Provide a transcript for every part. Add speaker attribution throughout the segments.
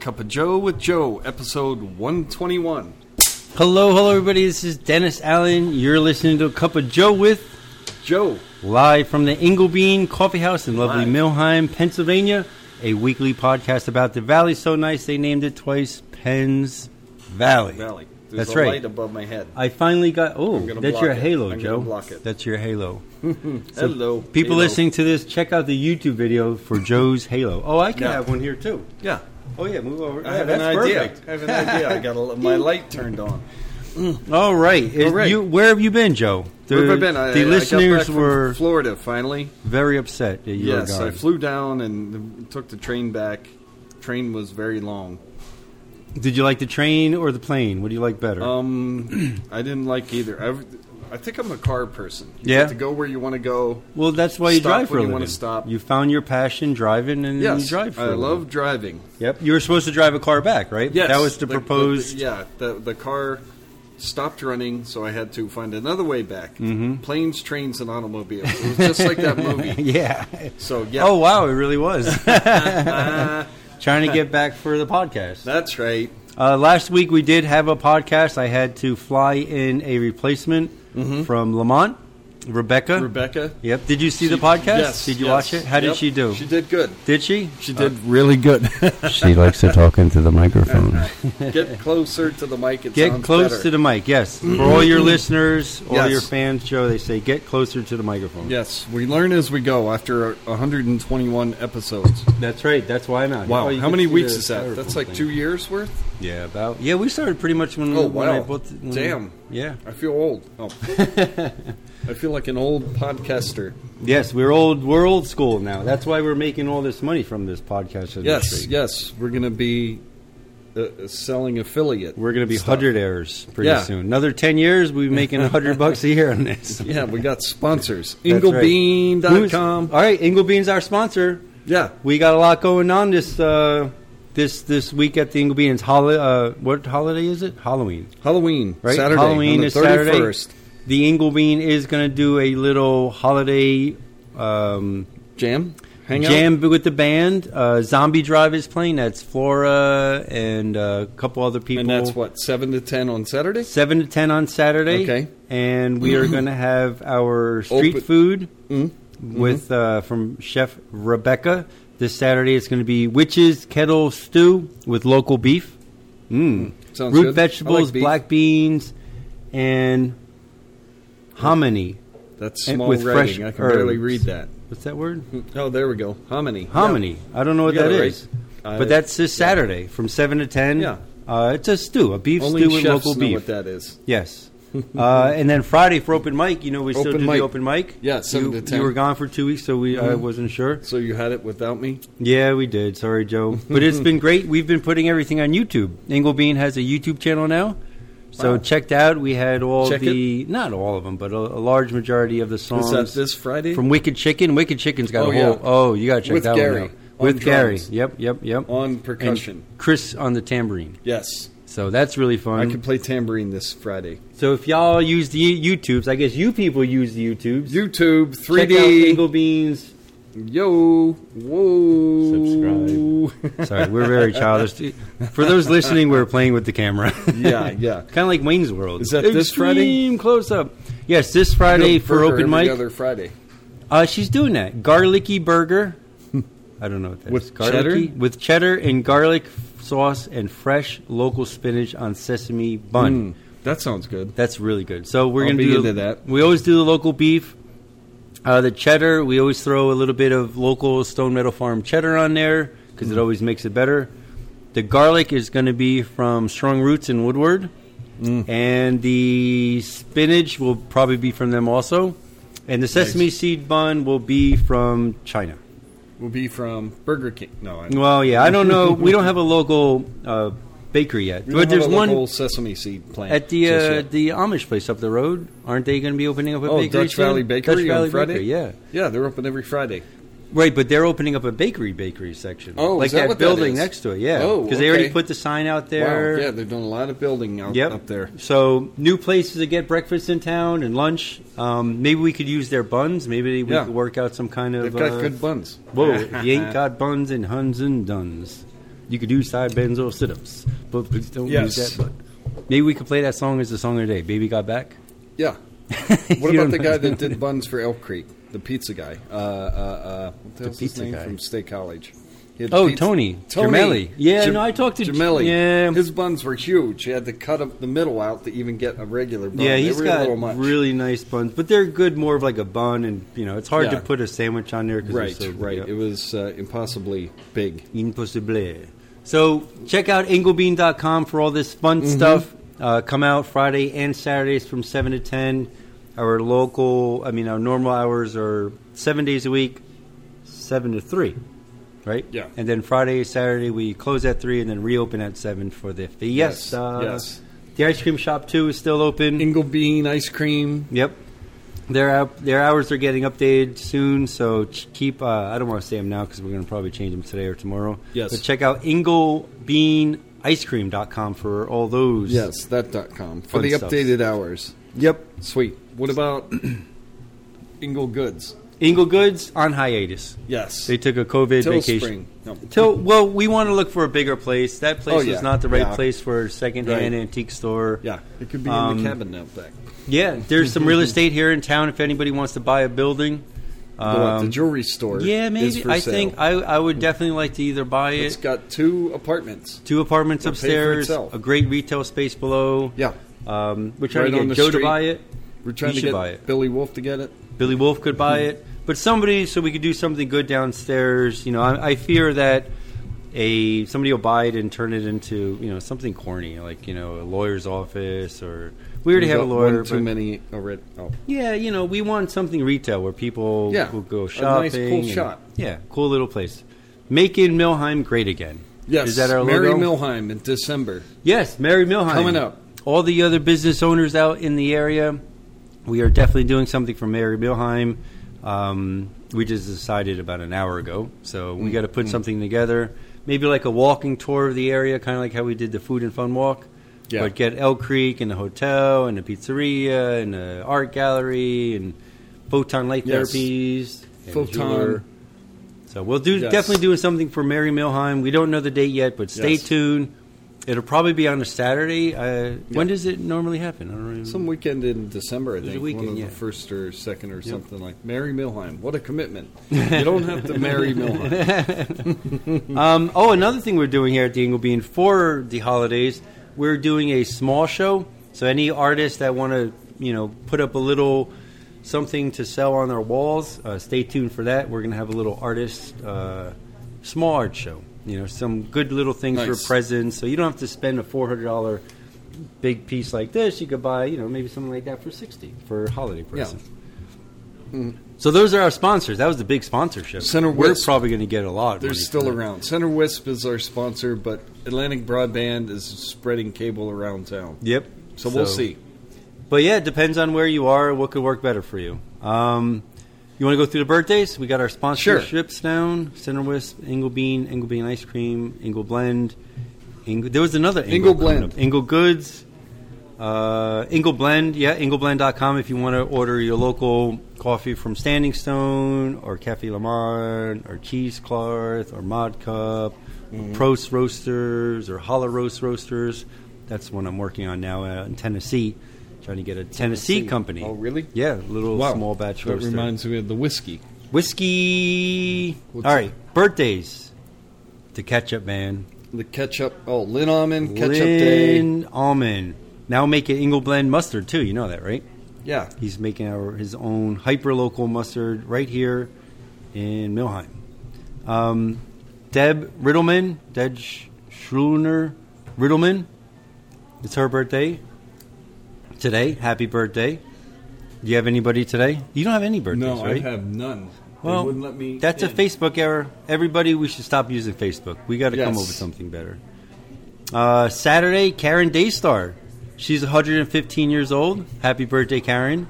Speaker 1: Cup of Joe with Joe, episode 121.
Speaker 2: Hello, hello, everybody. This is Dennis Allen. You're listening to a Cup of Joe with
Speaker 1: Joe,
Speaker 2: live from the Inglebean Coffee House in lovely
Speaker 1: Live.
Speaker 2: Milheim, Pennsylvania. A weekly podcast about the valley. So nice they named it twice Penn's Valley.
Speaker 1: Valley. There's
Speaker 2: That's
Speaker 1: a
Speaker 2: right.
Speaker 1: light above my head.
Speaker 2: I finally got. Oh,
Speaker 1: I'm gonna
Speaker 2: that's
Speaker 1: block
Speaker 2: your
Speaker 1: it. I'm
Speaker 2: halo,
Speaker 1: gonna
Speaker 2: Joe.
Speaker 1: block it.
Speaker 2: That's your halo.
Speaker 1: Hello.
Speaker 2: People
Speaker 1: Halo.
Speaker 2: listening to this, check out the YouTube video for Joe's halo. Oh, I can
Speaker 1: Yeah.
Speaker 2: have one here too.
Speaker 1: Yeah.
Speaker 2: Oh yeah, move over.
Speaker 1: I
Speaker 2: Yeah,
Speaker 1: have an
Speaker 2: that's
Speaker 1: idea.
Speaker 2: perfect.
Speaker 1: I have an idea. I got a, my light turned on.
Speaker 2: All right. Is-
Speaker 1: right.
Speaker 2: you- where have you been, Joe? The,
Speaker 1: Where have I been? I,
Speaker 2: the
Speaker 1: I got back
Speaker 2: listeners
Speaker 1: from
Speaker 2: were
Speaker 1: Florida, finally.
Speaker 2: very upset that you were
Speaker 1: yes,
Speaker 2: gone.
Speaker 1: I flew down and took the train back. Train was very long.
Speaker 2: Did you like the train or the plane? What do you like better?
Speaker 1: Um, I didn't like either. I, I think I'm a car person. You
Speaker 2: Yeah?
Speaker 1: have to go where you want to go.
Speaker 2: well, that's why you
Speaker 1: stop
Speaker 2: drive for
Speaker 1: when
Speaker 2: a
Speaker 1: you
Speaker 2: living.
Speaker 1: wanna stop.
Speaker 2: You found your passion driving, and then
Speaker 1: Yes,
Speaker 2: you drive. For
Speaker 1: I
Speaker 2: a living.
Speaker 1: love driving.
Speaker 2: Yep, you were supposed to drive a car back, right?
Speaker 1: Yes,
Speaker 2: that was the,
Speaker 1: the- the-
Speaker 2: proposed.
Speaker 1: yeah, the the car stopped running, so I had to find another way back.
Speaker 2: Mm-hmm.
Speaker 1: Planes, trains, and automobiles. It was just like that movie.
Speaker 2: yeah.
Speaker 1: So yeah, Uh,
Speaker 2: Oh wow, it really was. Trying to get back for the podcast.
Speaker 1: that's right.
Speaker 2: Uh, last week we did have a podcast. I had to fly in a replacement
Speaker 1: Mm-hmm.
Speaker 2: from Lamont, Rebecca.
Speaker 1: Rebecca,
Speaker 2: Yep. Did you see
Speaker 1: She-
Speaker 2: the podcast?
Speaker 1: Yes,
Speaker 2: did you
Speaker 1: yes.
Speaker 2: watch it? How
Speaker 1: Yep,
Speaker 2: did she do?
Speaker 1: She did good. Uh,
Speaker 2: did she?
Speaker 1: She did really good.
Speaker 2: She likes to talk into the microphone.
Speaker 1: Get closer to the mic. It
Speaker 2: Get
Speaker 1: sounds
Speaker 2: close
Speaker 1: better.
Speaker 2: to the mic, yes. For all your listeners, all
Speaker 1: Yes.
Speaker 2: your fans, Joe, they say get closer to the microphone.
Speaker 1: Yes, we learn as we go. After 121 episodes.
Speaker 2: That's right. That's why not.
Speaker 1: Wow,
Speaker 2: Oh, you
Speaker 1: how
Speaker 2: can
Speaker 1: many
Speaker 2: see
Speaker 1: weeks
Speaker 2: the
Speaker 1: is that? That's
Speaker 2: styrofoam
Speaker 1: like
Speaker 2: thing.
Speaker 1: two years worth.
Speaker 2: Yeah, about. Yeah, we started pretty much when.
Speaker 1: Oh,
Speaker 2: when I
Speaker 1: wow.
Speaker 2: both- when-
Speaker 1: Damn.
Speaker 2: Yeah.
Speaker 1: I feel old. Oh. I feel like an old podcaster.
Speaker 2: Yes, we're old. We're old school now. That's why we're making all this money from this podcast. Industry.
Speaker 1: Yes, yes, we're going to be uh, uh, selling affiliate.
Speaker 2: We're going to be
Speaker 1: stuff.
Speaker 2: hundred errors pretty
Speaker 1: Yeah.
Speaker 2: soon. Another ten years, we'll be making hundred bucks a year on this.
Speaker 1: Yeah, we got sponsors.
Speaker 2: That's right.
Speaker 1: Inglebean.com.
Speaker 2: Who's- All right, Inglebean's our sponsor.
Speaker 1: Yeah,
Speaker 2: We got a lot going on this uh, this this week at the Inglebeans. Holi- uh, what holiday is it? Halloween,
Speaker 1: Halloween.
Speaker 2: right?
Speaker 1: Saturday.
Speaker 2: Halloween
Speaker 1: on the
Speaker 2: is Saturday.
Speaker 1: 31st.
Speaker 2: The Inglebean is going to do a little holiday um,
Speaker 1: Jam? Hang out?
Speaker 2: jam with the band. Uh, Zombie Drive is playing. That's Flora and uh, a couple other people.
Speaker 1: And that's what, 7 to 10 on Saturday?
Speaker 2: Seven to ten on Saturday.
Speaker 1: Okay.
Speaker 2: and we are going to have our street
Speaker 1: Open-
Speaker 2: food
Speaker 1: Mm.
Speaker 2: with uh, from Chef Rebecca. This Saturday it's going to be witches kettle stew with local beef, mm.
Speaker 1: Sounds
Speaker 2: root
Speaker 1: good. I
Speaker 2: vegetables,
Speaker 1: like beef.
Speaker 2: black beans, and hominy.
Speaker 1: That's
Speaker 2: And
Speaker 1: small
Speaker 2: with fresh
Speaker 1: writing. I can barely
Speaker 2: herbs.
Speaker 1: read that.
Speaker 2: What's that word?
Speaker 1: Oh, there we go. Hominy.
Speaker 2: Hominy. I don't know what
Speaker 1: You got
Speaker 2: that
Speaker 1: it right.
Speaker 2: is,
Speaker 1: I-
Speaker 2: but that's this Saturday from seven to ten.
Speaker 1: Yeah.
Speaker 2: uh, it's a stew, a beef
Speaker 1: Yeah. Only
Speaker 2: stew with
Speaker 1: chefs
Speaker 2: local
Speaker 1: know
Speaker 2: beef.
Speaker 1: what that is.
Speaker 2: Yes. uh, and then Friday for open mic, you know, we still
Speaker 1: Open
Speaker 2: do
Speaker 1: mic.
Speaker 2: the open mic.
Speaker 1: Yeah, seven
Speaker 2: you,
Speaker 1: to ten. Mm-hmm.
Speaker 2: You were gone for two weeks, so we I wasn't sure.
Speaker 1: So you had it without me?
Speaker 2: Yeah, we did. Sorry, Joe. But it's been great. We've been putting everything on YouTube. Inglebean has a YouTube channel now. So
Speaker 1: Wow.
Speaker 2: checked out. We had all
Speaker 1: Check
Speaker 2: the not all of them, but a, a large majority of the songs
Speaker 1: Is that this Friday?
Speaker 2: from Wicked Chicken. Wicked Chicken's got
Speaker 1: Oh,
Speaker 2: a whole.
Speaker 1: yeah.
Speaker 2: Oh, you got to check
Speaker 1: With
Speaker 2: that
Speaker 1: Gary
Speaker 2: one out.
Speaker 1: on
Speaker 2: With Gary.
Speaker 1: drums.
Speaker 2: Yep, yep, yep.
Speaker 1: on percussion.
Speaker 2: And Chris on the tambourine.
Speaker 1: yes.
Speaker 2: So that's really fun.
Speaker 1: I can play tambourine this Friday.
Speaker 2: So if y'all use the YouTubes, I guess you people use the YouTubes.
Speaker 1: YouTube
Speaker 2: Check out
Speaker 1: 3D.
Speaker 2: Inglebeans.
Speaker 1: Yo, whoa.
Speaker 2: Subscribe. Sorry, we're very childish. For those listening, we're playing with the camera.
Speaker 1: Yeah, yeah.
Speaker 2: kind of like Wayne's World.
Speaker 1: Is that this Friday?
Speaker 2: close up. Yes, this Friday for
Speaker 1: Burger
Speaker 2: open
Speaker 1: every
Speaker 2: mic.
Speaker 1: other Friday.
Speaker 2: Uh, she's doing that garlicky burger. I don't know what that
Speaker 1: With
Speaker 2: is. Garlicky- with cheddar and garlic sauce and fresh local spinach on sesame bun.
Speaker 1: Mm, that sounds good.
Speaker 2: That's really good. So we're
Speaker 1: I'll
Speaker 2: gonna
Speaker 1: be
Speaker 2: do
Speaker 1: into that.
Speaker 2: We always do the local beef, uh, the cheddar. We always throw a little bit of local Stone Meadow Farm cheddar on there because
Speaker 1: Mm-hmm.
Speaker 2: it always makes it better. The garlic is going to be from Strong Roots in Woodward,
Speaker 1: Mm.
Speaker 2: and the spinach will probably be from them also, and the sesame seed bun will be from China.
Speaker 1: We'll be from Burger King. No, I
Speaker 2: Well, yeah, I don't know. we don't have a local uh, bakery yet,
Speaker 1: we don't have
Speaker 2: but there's
Speaker 1: a
Speaker 2: one
Speaker 1: local sesame seed plant
Speaker 2: at the
Speaker 1: just
Speaker 2: uh,
Speaker 1: yet.
Speaker 2: the Amish place up the road, aren't they going to be opening up a
Speaker 1: oh
Speaker 2: bakery?
Speaker 1: Dutch Valley
Speaker 2: soon?
Speaker 1: Bakery
Speaker 2: Dutch Valley
Speaker 1: on Friday.
Speaker 2: Bakery, yeah,
Speaker 1: yeah, they're open every Friday.
Speaker 2: right. But they're opening up a bakery bakery section.
Speaker 1: Oh,
Speaker 2: like
Speaker 1: is that what that
Speaker 2: building
Speaker 1: is?
Speaker 2: next to it. Yeah,
Speaker 1: Oh,
Speaker 2: they already
Speaker 1: okay.
Speaker 2: put the sign out there.
Speaker 1: Wow, yeah, they're doing a lot of building out
Speaker 2: Yep.
Speaker 1: up there.
Speaker 2: So new places to get breakfast in town and lunch. Um, maybe we could use their buns. Maybe we
Speaker 1: Yeah.
Speaker 2: could work out some kind of.
Speaker 1: They've got
Speaker 2: uh,
Speaker 1: good buns.
Speaker 2: Whoa! if you ain't got buns and huns and duns. You could do side bends or sit ups, but please don't
Speaker 1: Yes.
Speaker 2: use that. But maybe we could play that song as the song of the day. Baby got back.
Speaker 1: Yeah. What
Speaker 2: You
Speaker 1: about the
Speaker 2: don't-
Speaker 1: guy that did buns for Elk Creek? The pizza guy. Uh, uh, uh, what the hell's his
Speaker 2: pizza
Speaker 1: name
Speaker 2: guy.
Speaker 1: from State College? He had
Speaker 2: Oh,
Speaker 1: pizza-
Speaker 2: Tony. Gemelli. Yeah,
Speaker 1: Ge-
Speaker 2: no, I talked to G-
Speaker 1: Gemelli.
Speaker 2: yeah.
Speaker 1: his buns were huge. He had to cut up the middle out to even get a regular bun.
Speaker 2: yeah,
Speaker 1: They
Speaker 2: he's
Speaker 1: were a
Speaker 2: got
Speaker 1: little much.
Speaker 2: really nice buns, but they're good more of like a bun, and you know it's hard
Speaker 1: Yeah.
Speaker 2: to put a sandwich on there because
Speaker 1: right,
Speaker 2: they're so
Speaker 1: right.
Speaker 2: yeah.
Speaker 1: It was uh, impossibly big.
Speaker 2: Impossible. So check out inglebean.com for all this fun
Speaker 1: Mm-hmm.
Speaker 2: stuff. Uh, come out Friday and Saturdays from 7 to 10. Our local, I mean, our normal hours are seven days a week, 7 to 3, right?
Speaker 1: Yeah.
Speaker 2: And then Friday, Saturday, we close at 3 and then reopen at 7 for the fiesta.
Speaker 1: yes.
Speaker 2: The ice cream shop, too, is still open.
Speaker 1: Ingle bean ice cream.
Speaker 2: Yep. Their hou- their hours are getting updated soon, so ch- keep. Uh, I don't want to say them now because we're going to probably change them today or tomorrow.
Speaker 1: Yes.
Speaker 2: But check out inglebeanicecream.com for all those.
Speaker 1: Yes, that dot com for
Speaker 2: Fun
Speaker 1: the
Speaker 2: stuff.
Speaker 1: updated hours.
Speaker 2: Yep.
Speaker 1: Sweet. What about Ingle Goods?
Speaker 2: Ingle Goods on hiatus.
Speaker 1: Yes.
Speaker 2: They took a COVID
Speaker 1: Till
Speaker 2: vacation.
Speaker 1: spring. No.
Speaker 2: Till well, we want to look for a bigger place. That place
Speaker 1: Oh,
Speaker 2: was
Speaker 1: yeah.
Speaker 2: not the right
Speaker 1: Yeah.
Speaker 2: place for a secondhand
Speaker 1: Right.
Speaker 2: antique store.
Speaker 1: Yeah, it could be in
Speaker 2: Um,
Speaker 1: the cabin out back.
Speaker 2: Yeah. There's some real estate here in town if anybody wants to buy a building.
Speaker 1: Well, the
Speaker 2: Um,
Speaker 1: jewelry store.
Speaker 2: yeah,
Speaker 1: is
Speaker 2: maybe.
Speaker 1: for
Speaker 2: I
Speaker 1: sale.
Speaker 2: think I, I would definitely like to either buy it.
Speaker 1: it's got two apartments.
Speaker 2: Two apartments
Speaker 1: It'll pay for
Speaker 2: upstairs,
Speaker 1: itself.
Speaker 2: a great retail space below.
Speaker 1: Yeah,
Speaker 2: Um, we're trying
Speaker 1: Right
Speaker 2: to
Speaker 1: on
Speaker 2: get
Speaker 1: the
Speaker 2: Joe to
Speaker 1: street.
Speaker 2: buy it.
Speaker 1: we're trying
Speaker 2: You
Speaker 1: to
Speaker 2: should
Speaker 1: get
Speaker 2: buy it.
Speaker 1: Billy Wolf to get it.
Speaker 2: Billy Wolf could
Speaker 1: Hmm.
Speaker 2: buy it. But somebody, so we could do something good downstairs. You know, I, I fear that a somebody will buy it and turn it into you know something corny, like you know a lawyer's office or we already
Speaker 1: We
Speaker 2: have a
Speaker 1: got
Speaker 2: lawyer.
Speaker 1: One too
Speaker 2: but-
Speaker 1: many already. Oh,
Speaker 2: Yeah, you know, we want something retail where people
Speaker 1: Yeah,
Speaker 2: will go
Speaker 1: a nice,
Speaker 2: shopping.
Speaker 1: cool
Speaker 2: and-
Speaker 1: shop.
Speaker 2: Yeah, cool little place. Making Milheim great again.
Speaker 1: yes.
Speaker 2: is that our
Speaker 1: Mary
Speaker 2: logo?
Speaker 1: Milheim in December?
Speaker 2: Yes, Mary Milheim.
Speaker 1: Coming up.
Speaker 2: All the other business owners out in the area, we are definitely doing something for Mary Milheim. Um, we just decided about an hour ago, so
Speaker 1: Mm-hmm.
Speaker 2: we got to put something together. Maybe like a walking tour of the area, kind of like how we did the food and fun walk.
Speaker 1: Yeah.
Speaker 2: But get Elk Creek and the hotel and the pizzeria and the art gallery and photon light
Speaker 1: Yes.
Speaker 2: therapies. and the
Speaker 1: Photon.
Speaker 2: jeweler. So we'll do
Speaker 1: Yes.
Speaker 2: definitely doing something for Mary Milheim. We don't know the date yet, but stay
Speaker 1: Yes.
Speaker 2: tuned. It'll probably be on a Saturday. Uh, When
Speaker 1: Yeah.
Speaker 2: does it normally happen? I don't remember.
Speaker 1: Some weekend in December, I
Speaker 2: a
Speaker 1: think.
Speaker 2: weekend,
Speaker 1: one of
Speaker 2: yeah.
Speaker 1: the first or second or something like. Mary Milheim, what a commitment! you don't have to marry Milheim.
Speaker 2: Um, oh, another thing we're doing here at the Ingle Bean for the holidays, we're doing a small show. So any artists that want to, you know, put up a little something to sell on their walls, uh, stay tuned for that. We're going to have a little artist, uh, small art show. You know, some good little things
Speaker 1: Nice.
Speaker 2: for presents. So you don't have to spend a four hundred dollar big piece like this. You could buy, you know, maybe something like that for sixty for a holiday present. So those are our sponsors. That was the big sponsorship.
Speaker 1: Center
Speaker 2: We're
Speaker 1: Wisp.
Speaker 2: probably going to get a lot. of
Speaker 1: They're
Speaker 2: money for
Speaker 1: still
Speaker 2: that.
Speaker 1: around. Center Wisp is our sponsor, but Atlantic Broadband is spreading cable around town.
Speaker 2: Yep.
Speaker 1: So, we'll see.
Speaker 2: But yeah, it depends on where you are, what could work better for you. Um, you want to go through the birthdays? We got our sponsorships down: Center Wisp, Ingle Bean, Ingle Bean Ice Cream, Ingle Blend. Ingle, there was another Ingle,
Speaker 1: Ingle Blend.
Speaker 2: coming up. Ingle Goods, uh, Ingle Blend. Yeah, ingleblend.com if you want to order your local coffee from Standing Stone or Cafe Lamar or Cheesecloth or Mod Cup,
Speaker 1: Mm-hmm.
Speaker 2: Prost Roasters or Hollow Roast Roasters. That's one I'm working on now uh, in Tennessee, trying to get a Tennessee,
Speaker 1: Tennessee.
Speaker 2: company.
Speaker 1: Oh, really?
Speaker 2: Yeah, little
Speaker 1: Wow.
Speaker 2: small batch
Speaker 1: That
Speaker 2: roaster.
Speaker 1: reminds me of the whiskey.
Speaker 2: Whiskey.
Speaker 1: What's-
Speaker 2: All right, birthdays. The Ketchup Man.
Speaker 1: The ketchup. Oh, Lynn Almond ketchup day.
Speaker 2: Lynn Almond. Now make it Ingle Blend mustard too. You know that, right?
Speaker 1: Yeah,
Speaker 2: He's making our, his own hyper local mustard right here in Milheim. Um, Deb Riddleman, Deb Sch- Schruner Riddleman. It's her birthday today. Happy birthday. Do you have anybody today? You don't have any birthdays,
Speaker 1: No,
Speaker 2: right?
Speaker 1: I have none.
Speaker 2: Well,
Speaker 1: they wouldn't let me.
Speaker 2: That's a
Speaker 1: in.
Speaker 2: Facebook error. Everybody, we should stop using Facebook. We got to come
Speaker 1: Yes.
Speaker 2: up with something better. Uh, Saturday, Karen Daystar. She's 115 years old. Happy birthday, Karen.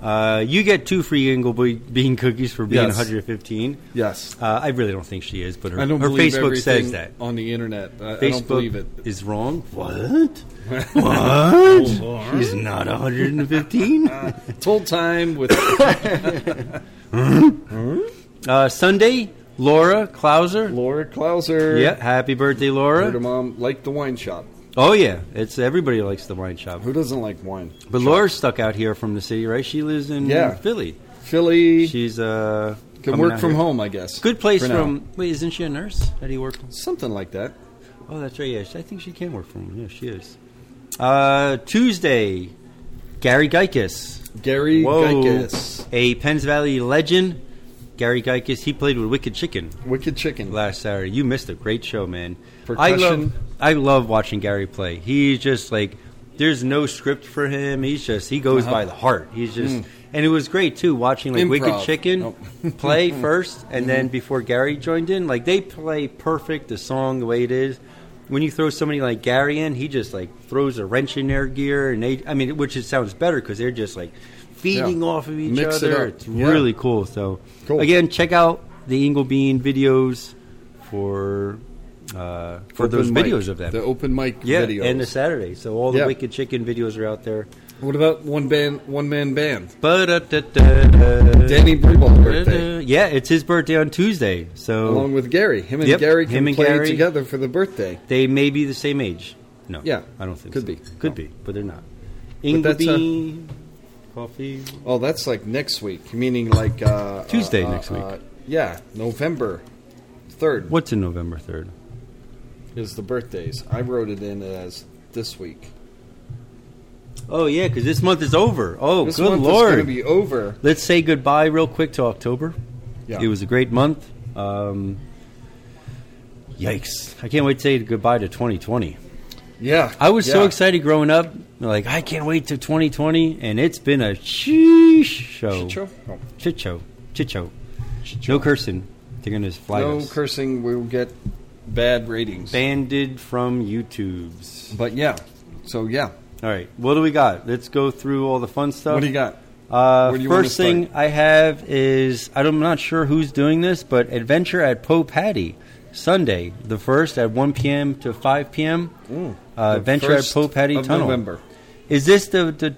Speaker 2: Uh, you get two free Ingle Be- Bean cookies for being
Speaker 1: Yes.
Speaker 2: 115.
Speaker 1: Yes,
Speaker 2: Uh, I really don't think she is, but her,
Speaker 1: I don't
Speaker 2: her
Speaker 1: believe
Speaker 2: Facebook says
Speaker 1: everything
Speaker 2: that.
Speaker 1: on the internet. I, I don't believe
Speaker 2: Facebook
Speaker 1: it. Oh,
Speaker 2: is wrong. What? what? She's not 115?
Speaker 1: It's full time with
Speaker 2: Uh, Sunday, Laura Klauser.
Speaker 1: Laura Klauser.
Speaker 2: Yeah, happy birthday,
Speaker 1: Her to
Speaker 2: Laura.
Speaker 1: mom like the wine shop.
Speaker 2: Oh yeah, it's everybody likes the wine shop.
Speaker 1: Who doesn't like wine?
Speaker 2: But Laura's stuck out here from the city, right? She lives in
Speaker 1: Yeah.
Speaker 2: Philly.
Speaker 1: Philly
Speaker 2: She's uh
Speaker 1: can
Speaker 2: coming
Speaker 1: work
Speaker 2: out
Speaker 1: from
Speaker 2: here.
Speaker 1: home, I guess.
Speaker 2: Good place
Speaker 1: for now.
Speaker 2: from. Wait, isn't she a nurse? How do you work?
Speaker 1: something like that.
Speaker 2: Oh, that's right. Yeah, she- I think she can work from. Yeah, she is. Uh, Tuesday, Gary Geikus.
Speaker 1: Gary Geikus,
Speaker 2: a Penns Valley legend. Gary Geikus. He played with Wicked Chicken
Speaker 1: Wicked Chicken.
Speaker 2: last Saturday. You missed a great show, man. I
Speaker 1: Percussion.
Speaker 2: love, I love watching Gary play. He's just like there's no script for him. He's just he goes
Speaker 1: Uh-huh.
Speaker 2: by the heart. He's just and it was great too watching like Wicked
Speaker 1: Mm. Improv.
Speaker 2: Chicken
Speaker 1: Nope. Mm-hmm.
Speaker 2: play first and then before Gary joined in, like they play perfect the song the way it is. When you throw somebody like Gary in, he just like throws a wrench in their gear and they I mean which it sounds better cuz they're just like feeding
Speaker 1: Yeah.
Speaker 2: off of each
Speaker 1: Mix it
Speaker 2: other.
Speaker 1: up.
Speaker 2: It's
Speaker 1: Yeah.
Speaker 2: really cool. So
Speaker 1: Cool.
Speaker 2: again, check out the Ingle Bean videos for uh, for those
Speaker 1: Open mic.
Speaker 2: videos of them.
Speaker 1: The open mic
Speaker 2: yeah,
Speaker 1: videos.
Speaker 2: and the Saturday. So all the
Speaker 1: Yeah.
Speaker 2: Wicked Chicken videos are out there.
Speaker 1: what about one band one man band?
Speaker 2: Danny
Speaker 1: Danny Brebal's birthday.
Speaker 2: Yeah, it's his birthday on Tuesday. So
Speaker 1: Along with Gary. Him and
Speaker 2: Oh. Yep,
Speaker 1: Gary can
Speaker 2: him and
Speaker 1: play
Speaker 2: Gary.
Speaker 1: together for the birthday.
Speaker 2: they may be the same age. No.
Speaker 1: Yeah,
Speaker 2: I don't think
Speaker 1: could
Speaker 2: so.
Speaker 1: be.
Speaker 2: Could
Speaker 1: No.
Speaker 2: be, but they're not.
Speaker 1: But
Speaker 2: Ingle
Speaker 1: that's a-
Speaker 2: Bean coffee.
Speaker 1: Oh, that's like next week, meaning like uh,
Speaker 2: Tuesday
Speaker 1: uh,
Speaker 2: next week.
Speaker 1: Uh, yeah, November third
Speaker 2: What's in November third?
Speaker 1: is the birthdays. I wrote it in as this week.
Speaker 2: Oh yeah, because this month is over. Oh,
Speaker 1: this
Speaker 2: good
Speaker 1: month
Speaker 2: lord!
Speaker 1: is going to be over.
Speaker 2: Let's say goodbye real quick to October.
Speaker 1: Yeah.
Speaker 2: It was a great month. Um, yikes. I can't wait to say goodbye to 2020.
Speaker 1: Yeah,
Speaker 2: I was so
Speaker 1: yeah.
Speaker 2: excited growing up. Like, I can't wait to 2020. And it's been a sheesh show.
Speaker 1: Chicho? Oh.
Speaker 2: Chicho. Chicho. No cursing. They're going to fly
Speaker 1: No
Speaker 2: us.
Speaker 1: cursing. We'll get bad ratings.
Speaker 2: Banded from YouTubes.
Speaker 1: But yeah, so yeah.
Speaker 2: All right. What do we got? Let's go through all the fun stuff.
Speaker 1: What do you got?
Speaker 2: Uh,
Speaker 1: Where do you wanna
Speaker 2: first thing I have is I don't- I'm not sure who's doing this, but Adventure at Poe Patty, Sunday the first at 1 p.m. to 5 p.m. Uh,
Speaker 1: Mm. The
Speaker 2: Adventure at
Speaker 1: first
Speaker 2: Poe Patty
Speaker 1: of
Speaker 2: Tunnel.
Speaker 1: November.
Speaker 2: Is this the, the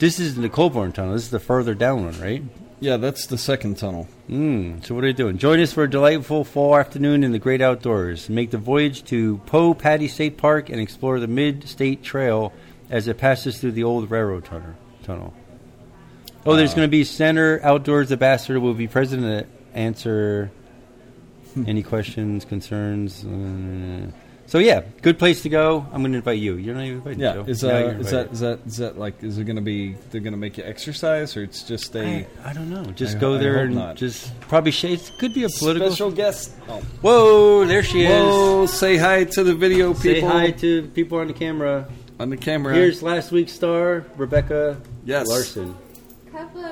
Speaker 2: this is the Colborne Tunnel? This is the further down one, right?
Speaker 1: Yeah, that's the second tunnel.
Speaker 2: Mm, so what are you doing? Join us for a delightful fall afternoon in the great outdoors. Make the voyage to Poe Patty State Park and explore the Mid-State Trail as it passes through the old railroad tunnel. tunnel. Oh, there's going to be center outdoors ambassador will be president to answer any questions, concerns. uh, so yeah, good place to go. I'm going to invite you. You're not even invited.
Speaker 1: Yeah,
Speaker 2: Joe.
Speaker 1: is,
Speaker 2: Now
Speaker 1: uh,
Speaker 2: you're
Speaker 1: is
Speaker 2: invited.
Speaker 1: that is that is that like is it going to be they're going to make you exercise or it's just a
Speaker 2: I, I don't know. Just
Speaker 1: I-
Speaker 2: go
Speaker 1: I
Speaker 2: there
Speaker 1: hope
Speaker 2: and
Speaker 1: not.
Speaker 2: just probably shade. Could be a political.
Speaker 1: special guest? Oh.
Speaker 2: Whoa, there she is.
Speaker 1: Whoa! Say hi to the video people
Speaker 2: Say hi to people on the camera.
Speaker 1: on the camera.
Speaker 2: Here's last week's star, Rebecca
Speaker 1: Yes. Uh,
Speaker 2: Larson.
Speaker 3: Cup of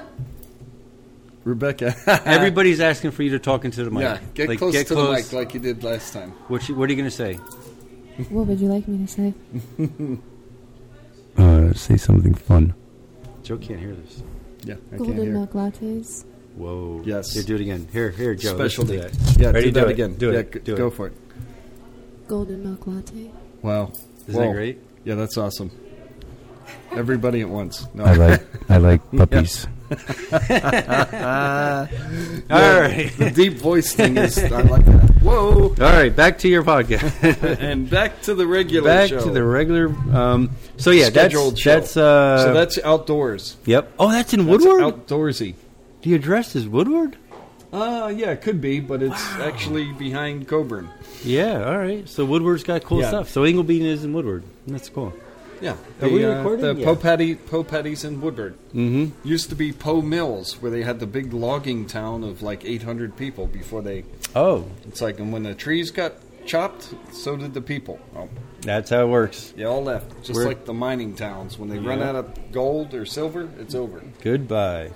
Speaker 1: Rebecca.
Speaker 2: Everybody's asking for you to talk into the mic.
Speaker 1: yeah, get
Speaker 2: Like,
Speaker 1: close to the mic like you did last time.
Speaker 2: What, you, what are you going to say?
Speaker 3: what would you like me to say?
Speaker 2: Uh, say something fun. Joe can't hear this.
Speaker 1: Yeah, I can't
Speaker 3: Golden
Speaker 1: hear.
Speaker 3: milk lattes.
Speaker 2: Whoa.
Speaker 1: Yes.
Speaker 2: Here, do it again. Here, here, Joe.
Speaker 1: Specialty.
Speaker 2: listen to that.
Speaker 1: Yeah,
Speaker 2: Ready?
Speaker 1: do that
Speaker 2: it.
Speaker 1: again.
Speaker 2: Do it.
Speaker 1: yeah,
Speaker 2: do
Speaker 1: g-
Speaker 2: it.
Speaker 1: go for it.
Speaker 3: Golden milk latte.
Speaker 1: Wow,
Speaker 2: Isn't
Speaker 1: Whoa.
Speaker 2: that great?
Speaker 1: Yeah, that's awesome. Everybody at once. No.
Speaker 4: I like I like puppies.
Speaker 2: All
Speaker 1: the
Speaker 2: right.
Speaker 1: deep voice thing is. I like that. Whoa!
Speaker 2: All right, back to your podcast.
Speaker 1: And back to the regular
Speaker 2: back
Speaker 1: show.
Speaker 2: to the regular. Um, so yeah,
Speaker 1: Scheduled
Speaker 2: that's
Speaker 1: show.
Speaker 2: that's uh,
Speaker 1: so that's outdoors.
Speaker 2: yep. Oh, that's in
Speaker 1: That's
Speaker 2: Woodward.
Speaker 1: outdoorsy.
Speaker 2: the address is Woodward.
Speaker 1: Uh, yeah, it could be, but it's actually behind Coburn.
Speaker 2: Yeah. All right. So Woodward's got cool
Speaker 1: Yeah.
Speaker 2: stuff. So Inglebean is in Woodward. That's cool.
Speaker 1: Yeah.
Speaker 2: Are
Speaker 1: the,
Speaker 2: we
Speaker 1: uh,
Speaker 2: recording?
Speaker 1: The
Speaker 2: Yeah.
Speaker 1: Poe Patty, Poe Patty's in Woodward. Mm-hmm. Used to be Poe Mills, where they had the big logging town of like 800 people before they.
Speaker 2: Oh,
Speaker 1: It's like, and when the trees got chopped, so did the people. Oh,
Speaker 2: that's how it works.
Speaker 1: they all left. Just
Speaker 2: Where-
Speaker 1: like the mining towns. When they run
Speaker 2: Yeah.
Speaker 1: out of gold or silver, it's over.
Speaker 2: Goodbye.